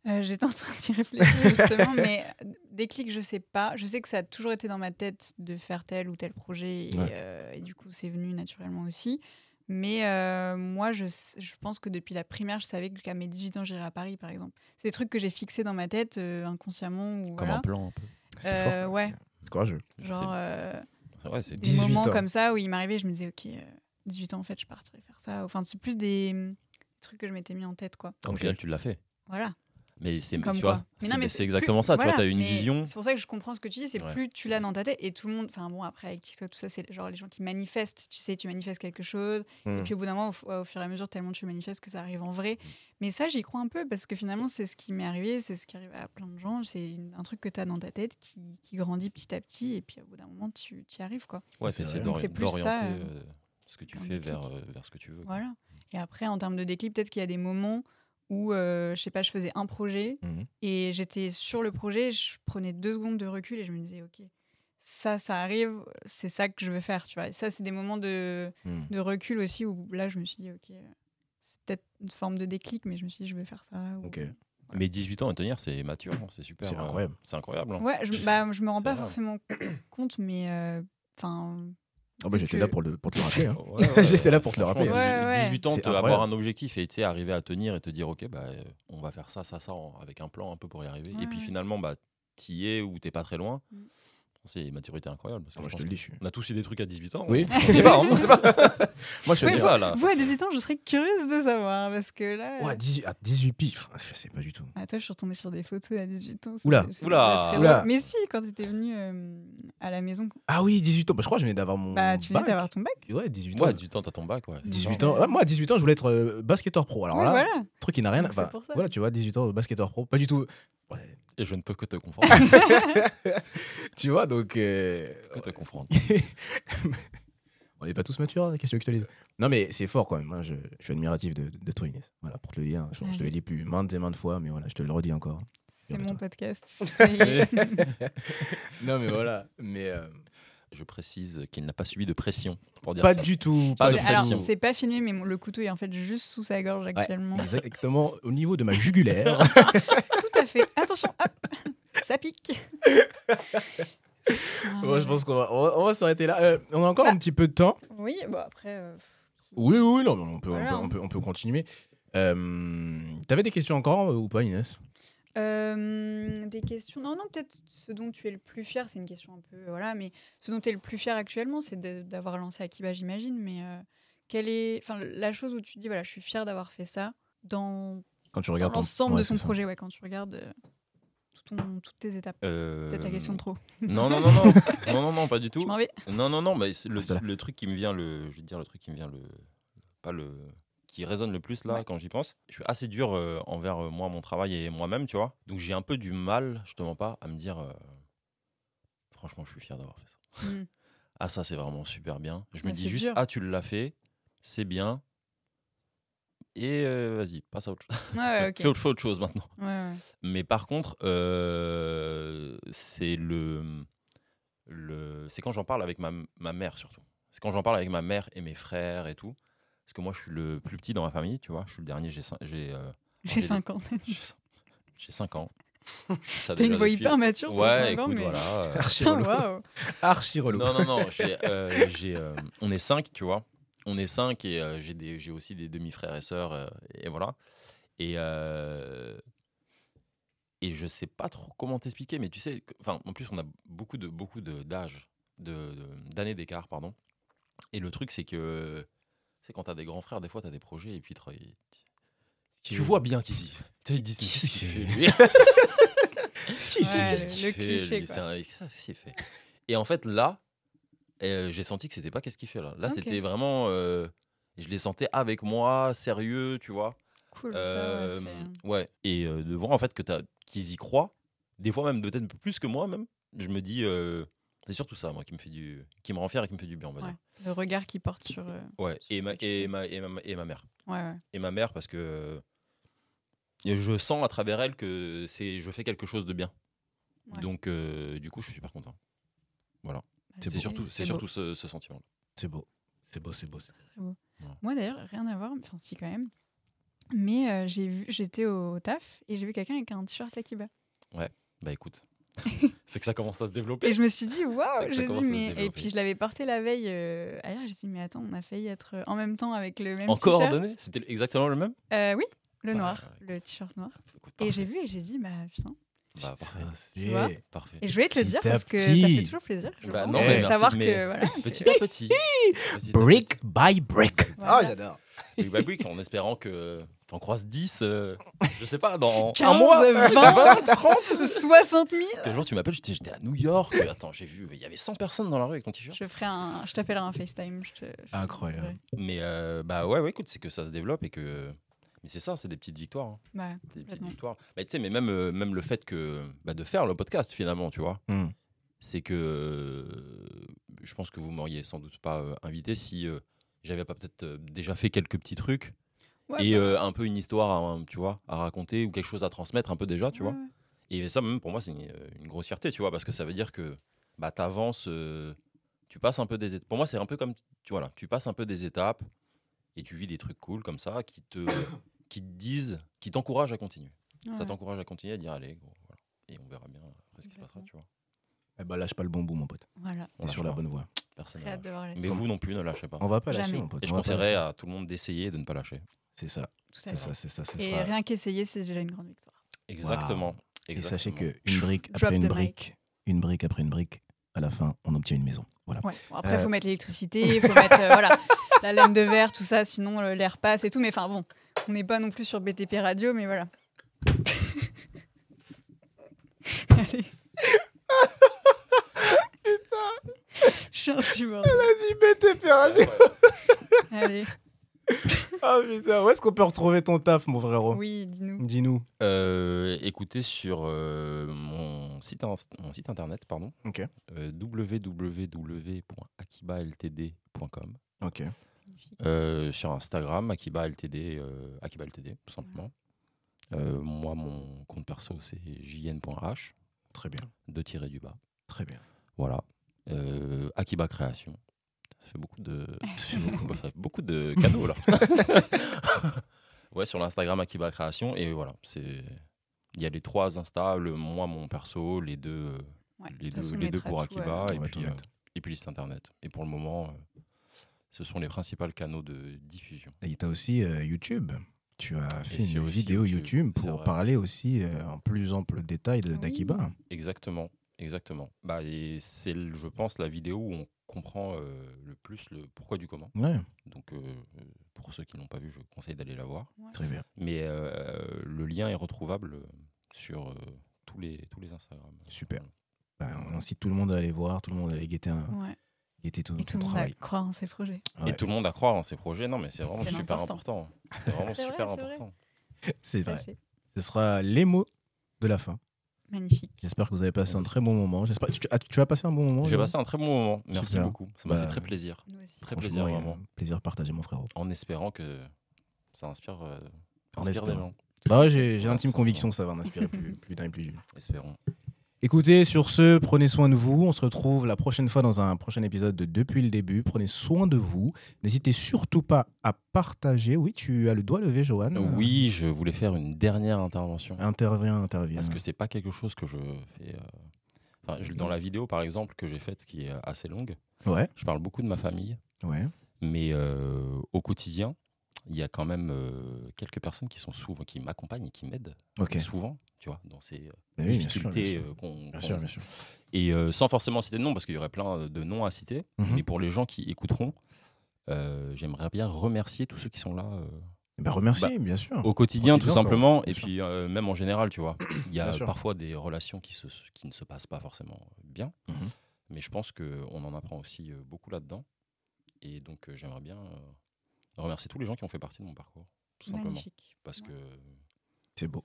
[SPEAKER 2] Euh, J'étais en train d'y réfléchir justement, mais euh, déclic, je sais pas. Je sais que ça a toujours été dans ma tête de faire tel ou tel projet, et,
[SPEAKER 1] Ouais.
[SPEAKER 2] euh, et du coup, c'est venu naturellement aussi. Mais euh, moi, je, s- je pense que depuis la primaire, je savais qu'à mes 18 ans, j'irais à Paris, par exemple. C'est des trucs que j'ai fixés dans ma tête euh, inconsciemment. Ou,
[SPEAKER 3] Comme
[SPEAKER 2] voilà.
[SPEAKER 3] un plan un peu.
[SPEAKER 1] C'est
[SPEAKER 2] Euh,
[SPEAKER 1] fort. ça.
[SPEAKER 2] ouais.
[SPEAKER 1] C'est courageux.
[SPEAKER 3] Je sais
[SPEAKER 2] Genre, euh,
[SPEAKER 3] pas. Ouais, c'est-
[SPEAKER 2] des
[SPEAKER 1] 18
[SPEAKER 2] moments
[SPEAKER 1] ans.
[SPEAKER 2] comme ça où il m'arrivait, je me disais, ok, euh, 18 ans, en fait, je partirais faire ça. Enfin, c'est plus des hum, trucs que je m'étais mis en tête, quoi.
[SPEAKER 3] Au final, tu l'as fait.
[SPEAKER 2] Voilà.
[SPEAKER 3] Mais c'est
[SPEAKER 2] Comme
[SPEAKER 3] tu
[SPEAKER 2] quoi.
[SPEAKER 3] vois,
[SPEAKER 2] Mais non, mais
[SPEAKER 3] c'est- c'est
[SPEAKER 2] plus-
[SPEAKER 3] exactement ça. tu
[SPEAKER 2] voilà,
[SPEAKER 3] vois, as une
[SPEAKER 2] mais
[SPEAKER 3] vision.
[SPEAKER 2] C'est pour ça que je comprends ce que tu dis, c'est
[SPEAKER 3] Ouais.
[SPEAKER 2] plus tu l'as dans ta tête et tout le monde. Enfin bon, après avec TikTok, tout ça, c'est genre les gens qui manifestent. Tu sais, tu manifestes quelque chose. Et
[SPEAKER 1] Hmm.
[SPEAKER 2] puis au bout d'un moment, au, f- ouais, au fur et à mesure, tellement tu manifestes que ça arrive en vrai.
[SPEAKER 3] Mm.
[SPEAKER 2] Mais ça, j'y crois un peu parce que finalement, c'est ce qui m'est arrivé, c'est ce qui arrive à plein de gens. C'est une- un truc que tu as dans ta tête qui, qui grandit petit à petit. Et puis au bout d'un moment, tu tu y arrives, quoi.
[SPEAKER 3] Ouais,
[SPEAKER 1] C'est
[SPEAKER 3] c'est
[SPEAKER 1] vrai.
[SPEAKER 2] Donc, c'est
[SPEAKER 3] d'ori-
[SPEAKER 2] plus ça,
[SPEAKER 3] d'orienter
[SPEAKER 2] euh,
[SPEAKER 3] euh, ce que tu
[SPEAKER 2] comme
[SPEAKER 3] fais
[SPEAKER 2] déclic.
[SPEAKER 3] vers, euh, vers ce que tu veux. quoi.
[SPEAKER 2] Voilà. Et après, en termes de déclic, peut-être qu'il y a des moments où, euh, je sais pas, je faisais un projet
[SPEAKER 1] Mhm.
[SPEAKER 2] et j'étais sur le projet, je prenais deux secondes de recul et je me disais, ok, ça, ça arrive, c'est ça que je veux faire, tu vois. Et ça, c'est des moments de,
[SPEAKER 1] Hmm.
[SPEAKER 2] de recul aussi où là, je me suis dit, ok, euh, c'est peut-être une forme de déclic, mais je me suis dit, je veux faire ça. ou-
[SPEAKER 1] Ok.
[SPEAKER 3] Mais 18 ans à tenir, c'est mature, hein, c'est super.
[SPEAKER 1] C'est
[SPEAKER 3] euh,
[SPEAKER 1] incroyable.
[SPEAKER 3] C'est incroyable. hein.
[SPEAKER 2] Ouais, je, bah, je me rends
[SPEAKER 3] C'est
[SPEAKER 2] pas
[SPEAKER 3] vrai.
[SPEAKER 2] forcément compte, mais euh, enfin.
[SPEAKER 1] Ah bah, j'étais
[SPEAKER 2] que-
[SPEAKER 1] là pour le, pour te le rappeler. hein.
[SPEAKER 3] Ouais, ouais,
[SPEAKER 1] J'étais là pour te le
[SPEAKER 3] franchement,
[SPEAKER 1] rappeler.
[SPEAKER 2] Ouais, ouais.
[SPEAKER 3] 18 ans,
[SPEAKER 1] C'est
[SPEAKER 3] te- avoir
[SPEAKER 1] incroyable.
[SPEAKER 3] un objectif et tu sais, arriver à tenir et te dire, OK, bah, euh, on va faire ça, ça, ça, en- avec un plan un peu pour y arriver.
[SPEAKER 2] Ouais,
[SPEAKER 3] et puis
[SPEAKER 2] ouais.
[SPEAKER 3] finalement, bah, t'y es ou t'es pas très loin.
[SPEAKER 2] Mm.
[SPEAKER 3] C'est une maturité incroyable. Parce que
[SPEAKER 1] Ah, Moi,
[SPEAKER 3] je
[SPEAKER 1] je te
[SPEAKER 3] pense
[SPEAKER 1] le dis, je suis-
[SPEAKER 3] qu'on a tous eu des trucs à 18 ans.
[SPEAKER 1] Oui.
[SPEAKER 3] on sait pas, hein, on sait pas.
[SPEAKER 1] Moi, je
[SPEAKER 3] Mais
[SPEAKER 1] suis
[SPEAKER 3] voilà.
[SPEAKER 2] Vous, à 18 ans, je serais curieuse de savoir, parce que là. euh,
[SPEAKER 1] Ouais, 18, ah, 18 pif. Ah, Je sais pas du tout.
[SPEAKER 2] Ah, toi, je suis retombée sur des photos à 18 ans.
[SPEAKER 1] Oula.
[SPEAKER 2] c'était- c'était
[SPEAKER 3] Oula.
[SPEAKER 2] pas très
[SPEAKER 1] Oula.
[SPEAKER 2] drôle. Mais si, quand t'étais venu euh, à la maison,
[SPEAKER 1] Ah oui, 18 ans. Bah, je crois que je venais d'avoir mon.
[SPEAKER 2] bah, tu venais
[SPEAKER 1] bac.
[SPEAKER 2] d'avoir ton bac.
[SPEAKER 1] Ouais, 18 ans.
[SPEAKER 3] Ouais, 18 ans, t'as ton bac. Ouais, c'est
[SPEAKER 1] 18
[SPEAKER 3] ça.
[SPEAKER 1] ans. Ouais, moi, à 18 ans, je voulais être euh, basketteur pro. Alors
[SPEAKER 2] Ouais,
[SPEAKER 1] là,
[SPEAKER 2] voilà.
[SPEAKER 1] truc qui n'a rien à
[SPEAKER 2] Donc, Ah, c'est
[SPEAKER 1] bah,
[SPEAKER 2] pour ça.
[SPEAKER 1] Voilà, tu vois, 18 ans, basketteur pro. Pas du tout. Ouais,
[SPEAKER 3] Et je ne peux que te comprendre.
[SPEAKER 1] tu vois, donc. euh,
[SPEAKER 3] que te comprendre.
[SPEAKER 1] on n'est pas tous matures, hein, qu'est-ce que tu veux que je te dise Non, mais c'est fort quand même. hein, je, je suis admiratif de, de, de toi, Inès. Voilà, pour te le dire. Je, je te l'ai dit plus maintes et maintes fois, mais voilà, je te le redis encore.
[SPEAKER 2] C'est
[SPEAKER 1] Viens,
[SPEAKER 2] mon
[SPEAKER 1] toi.
[SPEAKER 2] podcast. c'est-
[SPEAKER 1] Non, mais voilà. Mais. euh,
[SPEAKER 3] Je précise qu'il n'a pas subi de pression pour dire
[SPEAKER 1] pas
[SPEAKER 3] ça.
[SPEAKER 1] du tout.
[SPEAKER 3] Pas de
[SPEAKER 1] du
[SPEAKER 2] Alors,
[SPEAKER 1] tout.
[SPEAKER 3] pression.
[SPEAKER 2] c'est pas filmé, mais mon- le couteau est en fait juste sous sa gorge actuellement.
[SPEAKER 1] Exactement, au niveau de ma jugulaire.
[SPEAKER 2] Ah, Tout à fait. Attention, hop, ça pique. Ah,
[SPEAKER 1] Moi, je pense qu'on va, on va- on va s'arrêter là. Euh, on a encore un petit peu de temps.
[SPEAKER 2] Oui, bon, après. euh,
[SPEAKER 1] Oui, oui, non, mais on peut, on
[SPEAKER 2] Voilà.
[SPEAKER 1] peut, on peut, on peut continuer. Euh, T'avais des questions encore euh, ou pas, Inès
[SPEAKER 2] Euh, des questions. Non, non, peut-être ce dont tu es le plus fier, c'est une question un peu. euh, Voilà, mais ce dont tu es le plus fier actuellement, c'est de- d'avoir lancé Akiba, j'imagine. Mais euh, quelle est. Enfin, la chose où tu te dis, voilà, je suis fier d'avoir fait ça dans, dans
[SPEAKER 1] Quand tu regardes ton-
[SPEAKER 2] l'ensemble
[SPEAKER 1] ouais,
[SPEAKER 2] de ton
[SPEAKER 1] c'est ça.
[SPEAKER 2] projet, ouais, quand tu regardes euh, tout ton- toutes tes étapes.
[SPEAKER 3] Euh,
[SPEAKER 2] Peut-être la question de trop.
[SPEAKER 3] Non, non, non, non, non, non, non, pas du
[SPEAKER 2] Je
[SPEAKER 3] tout.
[SPEAKER 2] m'en vais.
[SPEAKER 3] Non, non, non, mais c'est le,
[SPEAKER 1] Reste là.
[SPEAKER 3] le truc qui me vient, le, je vais te dire le truc qui me vient, le, pas le, qui résonne le plus là quand j'y pense. Je suis assez dur euh, envers euh, moi, mon travail et moi-même, tu vois. Donc j'ai un peu du mal, je te mens pas, à me dire, euh, franchement, je suis fier d'avoir fait ça.
[SPEAKER 2] Mm.
[SPEAKER 3] Ah, ça, c'est vraiment super bien. Je me
[SPEAKER 2] Ouais,
[SPEAKER 3] dis
[SPEAKER 2] c'est
[SPEAKER 3] juste,
[SPEAKER 2] dur.
[SPEAKER 3] ah, tu l'as fait, c'est bien. Et euh, vas-y, passe à autre chose.
[SPEAKER 2] Ouais, ouais, Ah, ok.
[SPEAKER 3] Fais autre- fais autre chose maintenant.
[SPEAKER 2] Ouais, ouais.
[SPEAKER 3] Mais par contre, euh, c'est le, le c'est quand j'en parle avec ma, ma mère surtout. C'est quand j'en parle avec ma mère et mes frères et tout. Parce que moi, je suis le plus petit dans ma famille, tu vois. Je suis le dernier, j'ai cin- j'ai euh,
[SPEAKER 2] J'ai
[SPEAKER 3] j'ai-
[SPEAKER 2] 5 ans.
[SPEAKER 3] j'ai cin- j'ai cinq ans. Ça
[SPEAKER 2] T'as
[SPEAKER 3] déjà
[SPEAKER 2] une voix
[SPEAKER 3] depuis-
[SPEAKER 2] hyper mature pour
[SPEAKER 3] Ouais,
[SPEAKER 2] 5
[SPEAKER 3] écoute,
[SPEAKER 2] ans, mais.
[SPEAKER 3] voilà. euh,
[SPEAKER 2] Putain, waouh.
[SPEAKER 1] Archi relou.
[SPEAKER 3] non, non, non. j'ai, euh, j'ai, euh, on est cinq, tu vois. On est cinq et euh, j'ai, des, j'ai aussi des demi-frères et sœurs. euh, et voilà. Et, euh, et je sais pas trop comment t'expliquer, mais tu sais, que- enfin, en plus, on a beaucoup de beaucoup de, d'âge, de, de- d'années d'écart, pardon. Et le truc, c'est que c'est quand t'as des grands frères, des fois, t'as des projets et puis t'as- tu vois bien qu'ils y. Ils disent, mais qu'est-ce qu'il fait lui
[SPEAKER 1] Si, si,
[SPEAKER 2] Ouais,
[SPEAKER 1] qu'est-ce
[SPEAKER 2] le-
[SPEAKER 1] qui-
[SPEAKER 3] qu'il fait,
[SPEAKER 2] cliché,
[SPEAKER 3] lui
[SPEAKER 2] quoi.
[SPEAKER 3] C'est un- qu'est-ce qu'il fait Et en fait, là, euh, j'ai senti que c'était pas qu'est-ce qu'il fait là. Là,
[SPEAKER 2] Ok.
[SPEAKER 3] c'était vraiment. euh, je les sentais avec moi, sérieux, tu vois.
[SPEAKER 2] Cool,
[SPEAKER 3] Euh,
[SPEAKER 2] ça, ouais,
[SPEAKER 3] ouais. Et euh, de voir en fait que t'as- qu'ils y croient, des fois même peut-être plus que moi même. Je me dis, euh, c'est surtout ça moi qui me fait du, qui me rend fier et qui me fait du bien, on va
[SPEAKER 2] c'est-
[SPEAKER 3] dire.
[SPEAKER 2] ouais. Le regard qu'il porte sur. euh,
[SPEAKER 3] Ouais.
[SPEAKER 2] C'est
[SPEAKER 3] Et
[SPEAKER 2] ce
[SPEAKER 3] ma,
[SPEAKER 2] que tu
[SPEAKER 3] et
[SPEAKER 2] fais.
[SPEAKER 3] ma- et ma- et ma mère
[SPEAKER 2] Ouais, ouais.
[SPEAKER 3] et ma mère parce que euh, et je sens à travers elle que c'est je fais quelque chose de bien.
[SPEAKER 2] Ouais.
[SPEAKER 3] Donc euh, du coup, je suis super content.
[SPEAKER 1] C'est
[SPEAKER 3] C'est
[SPEAKER 1] beau.
[SPEAKER 3] surtout c'est
[SPEAKER 2] beau.
[SPEAKER 3] surtout ce, ce sentiment.
[SPEAKER 1] C'est beau. C'est beau, c'est beau. c'est beau.
[SPEAKER 2] Moi d'ailleurs, rien à voir, enfin si quand même. Mais euh, j'ai vu, j'étais au taf et j'ai vu quelqu'un avec un t-shirt Akiba.
[SPEAKER 3] Bah écoute, c'est que ça commence à se développer.
[SPEAKER 2] Et je me suis dit waouh,
[SPEAKER 3] que ça
[SPEAKER 2] j'ai
[SPEAKER 3] commence
[SPEAKER 2] dit
[SPEAKER 3] à se
[SPEAKER 2] mais et
[SPEAKER 3] développer.
[SPEAKER 2] puis je l'avais porté la veille euh, ailleurs, j'ai dit mais attends, on a failli être euh, en même temps avec le même
[SPEAKER 3] En
[SPEAKER 2] t-shirt.
[SPEAKER 3] coordonnées, c'était exactement le même
[SPEAKER 2] Euh, oui, le
[SPEAKER 3] Bah,
[SPEAKER 2] noir,
[SPEAKER 3] ouais.
[SPEAKER 2] le t-shirt noir.
[SPEAKER 3] Écoute,
[SPEAKER 2] Et
[SPEAKER 3] parfait.
[SPEAKER 2] j'ai vu et j'ai dit bah putain.
[SPEAKER 3] Bah, parfait.
[SPEAKER 2] Tu vois
[SPEAKER 1] Yeah.
[SPEAKER 3] Parfait.
[SPEAKER 2] Et je voulais te le
[SPEAKER 1] Petit
[SPEAKER 2] dire
[SPEAKER 1] à
[SPEAKER 2] parce que
[SPEAKER 1] petit.
[SPEAKER 2] ça fait toujours plaisir. je
[SPEAKER 3] Bah,
[SPEAKER 2] pense,
[SPEAKER 3] non,
[SPEAKER 2] de
[SPEAKER 1] mais merci,
[SPEAKER 2] savoir
[SPEAKER 3] mais-
[SPEAKER 2] que voilà.
[SPEAKER 3] Petit à petit. Petit à
[SPEAKER 1] Brick by brick.
[SPEAKER 2] Voilà.
[SPEAKER 1] j'adore.
[SPEAKER 3] petit. Brick by brick, en espérant que t'en croises 10, euh, je sais pas, dans un
[SPEAKER 2] 15,
[SPEAKER 3] mois.
[SPEAKER 2] 20, 30, 60 000.
[SPEAKER 3] Quel jour tu m'appelles, j'étais j'étais à New York. Attends, j'ai vu, il y avait 100 personnes dans la rue avec ton t-shirt.
[SPEAKER 2] Je ferai un, je t'appellerai un FaceTime. Je te, je te-
[SPEAKER 1] Incroyable.
[SPEAKER 3] Mais euh, bah ouais, ouais, écoute, c'est que ça se développe et que. Mais c'est ça, c'est des petites victoires. hein,
[SPEAKER 2] Bah,
[SPEAKER 3] Des petites
[SPEAKER 2] Complètement.
[SPEAKER 3] victoires. Mais tu sais, mais même, euh, même le fait que bah, de faire le podcast finalement, tu vois,
[SPEAKER 1] Hmm.
[SPEAKER 3] c'est que euh, je pense que vous m'auriez sans doute pas euh, invité si euh, j'avais pas peut-être euh, déjà fait quelques petits trucs
[SPEAKER 2] ouais,
[SPEAKER 3] et
[SPEAKER 2] bah,
[SPEAKER 3] euh, un peu une histoire, à, tu vois, à raconter ou quelque chose à transmettre un peu déjà, tu
[SPEAKER 2] ouais,
[SPEAKER 3] vois.
[SPEAKER 2] ouais.
[SPEAKER 3] euh, Et ça, même pour moi, c'est une, une grosse fierté, tu vois, parce que ça veut dire que bah, tu avances, tu passes un peu des étapes. Pour moi, c'est un peu comme, tu, voilà, tu passes un peu des étapes et tu vis des trucs cool comme ça qui te, qui te disent, qui t'encouragent à continuer. Ça
[SPEAKER 2] Ouais.
[SPEAKER 3] t'encourage à continuer à dire, allez, gros, voilà. et on verra bien euh, après ce qui se passera,
[SPEAKER 2] Exactement.
[SPEAKER 3] tu vois.
[SPEAKER 1] Eh ben, lâche pas le bon bout, mon pote.
[SPEAKER 2] Voilà,
[SPEAKER 3] On
[SPEAKER 1] T'es sur
[SPEAKER 3] lâche
[SPEAKER 1] la
[SPEAKER 3] pas.
[SPEAKER 1] bonne voie.
[SPEAKER 3] Personne
[SPEAKER 2] très
[SPEAKER 3] ne
[SPEAKER 2] hâte de voir la
[SPEAKER 3] lâche. Mais
[SPEAKER 2] suite.
[SPEAKER 3] vous non plus, ne lâchez pas.
[SPEAKER 1] On va pas lâcher,
[SPEAKER 2] Jamais.
[SPEAKER 1] mon pote.
[SPEAKER 3] Et je
[SPEAKER 1] On va pas lâcher.
[SPEAKER 3] conseillerais à tout le monde d'essayer et de ne pas lâcher.
[SPEAKER 1] C'est ça,
[SPEAKER 2] Tout à
[SPEAKER 1] c'est
[SPEAKER 2] fait.
[SPEAKER 1] ça, c'est ça. ce
[SPEAKER 2] Et
[SPEAKER 1] sera-
[SPEAKER 2] rien qu'essayer, c'est déjà une grande victoire.
[SPEAKER 3] Exactement.
[SPEAKER 1] Et sachez
[SPEAKER 3] Exactement.
[SPEAKER 1] que une brique
[SPEAKER 2] Drop
[SPEAKER 1] après
[SPEAKER 2] the
[SPEAKER 1] une
[SPEAKER 2] mic.
[SPEAKER 1] brique, une brique après une brique, à la fin, on obtient une maison. Voilà.
[SPEAKER 2] Ouais. Bon, après, il
[SPEAKER 1] Euh,
[SPEAKER 2] faut mettre l'électricité, il faut mettre euh, voilà, la lame de verre, tout ça, sinon euh, l'air passe et tout. Mais enfin bon, on n'est pas non plus sur BTP Radio, mais voilà. Allez. Putain Je suis insupportable.
[SPEAKER 3] Ah,
[SPEAKER 2] Allez,
[SPEAKER 1] Ah putain, où est-ce qu'on peut retrouver ton taf, mon frérot
[SPEAKER 2] oui, dis-nous.
[SPEAKER 1] Dis-nous.
[SPEAKER 3] Euh, écoutez sur euh, mon, site inst- mon site internet, pardon.
[SPEAKER 1] Ok.
[SPEAKER 3] Euh, www.akibaltd.com.
[SPEAKER 1] Ok.
[SPEAKER 3] Euh, sur Instagram, Akiba LTD, euh, Akiba LTD, tout simplement. Euh, moi, mon compte perso, c'est jn.h,
[SPEAKER 1] Très bien,
[SPEAKER 3] 2 tirés du bas.
[SPEAKER 1] très bien.
[SPEAKER 3] Voilà. Euh, Akiba Création. Ça fait beaucoup de, ça fait beaucoup, bah, ça fait beaucoup de cadeaux, là. ouais, sur l'Instagram Akiba Création. Et voilà, c'est. Il y a les trois Insta, le- moi, mon perso, les deux, euh,
[SPEAKER 2] Ouais, Ah, de
[SPEAKER 3] les
[SPEAKER 2] toute
[SPEAKER 3] deux,
[SPEAKER 2] façon, on
[SPEAKER 3] les deux
[SPEAKER 2] mettra
[SPEAKER 3] pour
[SPEAKER 2] tout, euh,
[SPEAKER 3] Akiba et,
[SPEAKER 1] On va tout
[SPEAKER 3] puis, euh,
[SPEAKER 1] mettre.
[SPEAKER 3] et puis le site internet. Et pour le moment, euh, ce sont les principaux canaux de diffusion.
[SPEAKER 1] Et tu as aussi euh, YouTube. Tu as fait
[SPEAKER 3] j'ai
[SPEAKER 1] une
[SPEAKER 3] aussi
[SPEAKER 1] vidéo
[SPEAKER 3] YouTube,
[SPEAKER 1] YouTube
[SPEAKER 3] c'est
[SPEAKER 1] pour
[SPEAKER 3] vrai.
[SPEAKER 1] parler aussi euh, en plus ample détail de-
[SPEAKER 2] Ah Oui.
[SPEAKER 1] d'Akiba.
[SPEAKER 3] Exactement, exactement. Bah, et c'est, le- je pense, la vidéo où on comprend euh, le plus le pourquoi du comment.
[SPEAKER 1] Ouais,
[SPEAKER 3] Donc, euh, euh, pour ceux qui ne l'ont pas vu, je conseille d'aller la voir.
[SPEAKER 1] très bien.
[SPEAKER 3] Mais euh, le lien est retrouvable euh, sur euh, tous, les, tous les Instagram.
[SPEAKER 1] Super. Ben, on incite tout le monde à aller voir, tout le monde à aller guetter, un-
[SPEAKER 2] Ouais.
[SPEAKER 1] guetter tout, ton
[SPEAKER 2] Et tout le monde a
[SPEAKER 1] travail.
[SPEAKER 2] croire en ses projets.
[SPEAKER 3] Et
[SPEAKER 1] Ouais.
[SPEAKER 3] tout le monde à croire en ces projets. Non, mais c'est vraiment
[SPEAKER 2] C'est
[SPEAKER 3] super
[SPEAKER 2] l'important.
[SPEAKER 3] important. C'est vraiment
[SPEAKER 2] C'est vrai,
[SPEAKER 3] super
[SPEAKER 2] c'est vrai.
[SPEAKER 3] important.
[SPEAKER 1] C'est
[SPEAKER 2] Tout à
[SPEAKER 1] vrai.
[SPEAKER 2] fait.
[SPEAKER 1] Ce sera les mots de la fin.
[SPEAKER 2] Magnifique.
[SPEAKER 1] J'espère que vous avez passé un très bon moment. J'espère. Tu, as- tu as passé un bon moment
[SPEAKER 3] J'ai
[SPEAKER 1] Jean
[SPEAKER 3] passé un très bon moment. Merci
[SPEAKER 1] Super.
[SPEAKER 3] beaucoup. Ça m'a
[SPEAKER 1] Bah,
[SPEAKER 3] fait très plaisir.
[SPEAKER 2] Nous aussi.
[SPEAKER 3] Très
[SPEAKER 1] Franchement,
[SPEAKER 3] plaisir,
[SPEAKER 1] et, euh,
[SPEAKER 3] vraiment.
[SPEAKER 1] Plaisir partagé, mon frérot.
[SPEAKER 3] En espérant que ça inspire, euh,
[SPEAKER 1] En
[SPEAKER 3] inspire des
[SPEAKER 1] espérant.
[SPEAKER 3] gens.
[SPEAKER 1] Bah, ouais, j'ai j'ai
[SPEAKER 3] Ouais,
[SPEAKER 1] l'intime
[SPEAKER 3] ça-
[SPEAKER 1] conviction que ça va en inspirer plus, plus d'un et plus d'une.
[SPEAKER 3] Espérons.
[SPEAKER 1] Écoutez, sur ce, prenez soin de vous. On se retrouve la prochaine fois dans un prochain épisode de Depuis le début. Prenez soin de vous. N'hésitez surtout pas à partager. Oui, tu as le doigt levé, Johan.
[SPEAKER 3] Oui, je voulais faire une dernière
[SPEAKER 1] Ah,
[SPEAKER 3] intervention.
[SPEAKER 1] Interviens, interviens.
[SPEAKER 3] Parce que c'est pas quelque chose que je fais. euh, enfin, je- dans la vidéo, par exemple, que j'ai faite, qui est euh, assez longue,
[SPEAKER 1] Ouais,
[SPEAKER 3] je parle beaucoup de ma famille.
[SPEAKER 1] ouais.
[SPEAKER 3] Mais euh, au quotidien, il y a quand même euh, quelques personnes qui sont souvent, qui m'accompagnent et qui m'aident
[SPEAKER 1] Ok.
[SPEAKER 3] souvent, tu vois, dans ces euh,
[SPEAKER 1] Bah oui, bien sûr, bien
[SPEAKER 3] difficultés
[SPEAKER 1] sûr.
[SPEAKER 3] euh, qu'on.
[SPEAKER 1] Bien
[SPEAKER 3] qu'on-
[SPEAKER 1] sûr, bien sûr.
[SPEAKER 3] Et euh, sans forcément citer de nom, parce qu'il y aurait plein euh, de noms à citer.
[SPEAKER 1] Mhm.
[SPEAKER 3] Mais pour les gens qui écouteront, euh, j'aimerais bien remercier tous ceux qui sont là euh,
[SPEAKER 1] Bah, remercie,
[SPEAKER 3] Bah,
[SPEAKER 1] bien sûr.
[SPEAKER 3] au quotidien,
[SPEAKER 1] quotidien,
[SPEAKER 3] tout
[SPEAKER 1] quoi,
[SPEAKER 3] simplement,
[SPEAKER 1] bien
[SPEAKER 3] et
[SPEAKER 1] sûr.
[SPEAKER 3] puis euh, même en général, tu vois. Il y a
[SPEAKER 1] Bien sûr.
[SPEAKER 3] parfois des relations qui, se, qui ne se passent pas forcément bien,
[SPEAKER 1] Mhm.
[SPEAKER 3] mais je pense qu'on en apprend aussi euh, beaucoup là-dedans. Et donc, euh, j'aimerais bien euh, remercier tous les gens qui ont fait partie de mon parcours, tout simplement.
[SPEAKER 2] Magnifique.
[SPEAKER 3] Parce
[SPEAKER 2] Ouais,
[SPEAKER 3] que
[SPEAKER 1] C'est beau.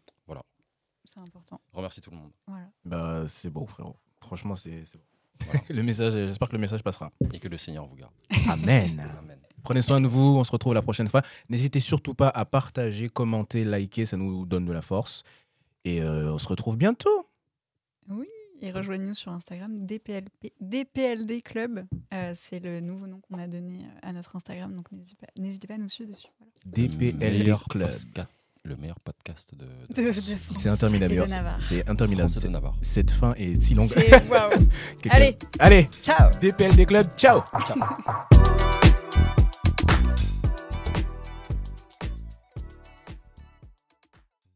[SPEAKER 2] C'est important.
[SPEAKER 3] remercier tout le monde.
[SPEAKER 2] Voilà.
[SPEAKER 1] Bah, c'est beau, frérot. Franchement, c'est c'est beau.
[SPEAKER 3] Voilà.
[SPEAKER 1] le message, j'espère que le message passera.
[SPEAKER 3] Et que le Seigneur vous garde.
[SPEAKER 1] Amen.
[SPEAKER 3] Amen.
[SPEAKER 1] Prenez soin de vous, on se retrouve la prochaine fois. N'hésitez surtout pas à partager, commenter, liker, ça nous donne de la force. Et euh, on se retrouve bientôt.
[SPEAKER 2] Et rejoignez-nous sur Instagram, DPLP, DPLD Club. Euh, c'est le nouveau nom qu'on a donné euh, à notre Instagram, donc n'hésitez pas, n'hésitez pas à nous suivre dessus. Voilà.
[SPEAKER 3] Le
[SPEAKER 1] DPL
[SPEAKER 3] meilleur
[SPEAKER 1] Club.
[SPEAKER 3] posca- Le meilleur podcast de, de
[SPEAKER 2] De- de
[SPEAKER 3] France.
[SPEAKER 2] France
[SPEAKER 1] C'est interminable.
[SPEAKER 2] et de
[SPEAKER 1] Yours.
[SPEAKER 2] Navarre.
[SPEAKER 1] C'est interminable.
[SPEAKER 3] France et de Navarre.
[SPEAKER 1] Cette fin est si longue.
[SPEAKER 2] C'est waouh.
[SPEAKER 1] Quelqu'un-
[SPEAKER 2] Allez,
[SPEAKER 1] Allez,
[SPEAKER 2] ciao
[SPEAKER 1] DPL des clubs, ciao
[SPEAKER 3] Ciao.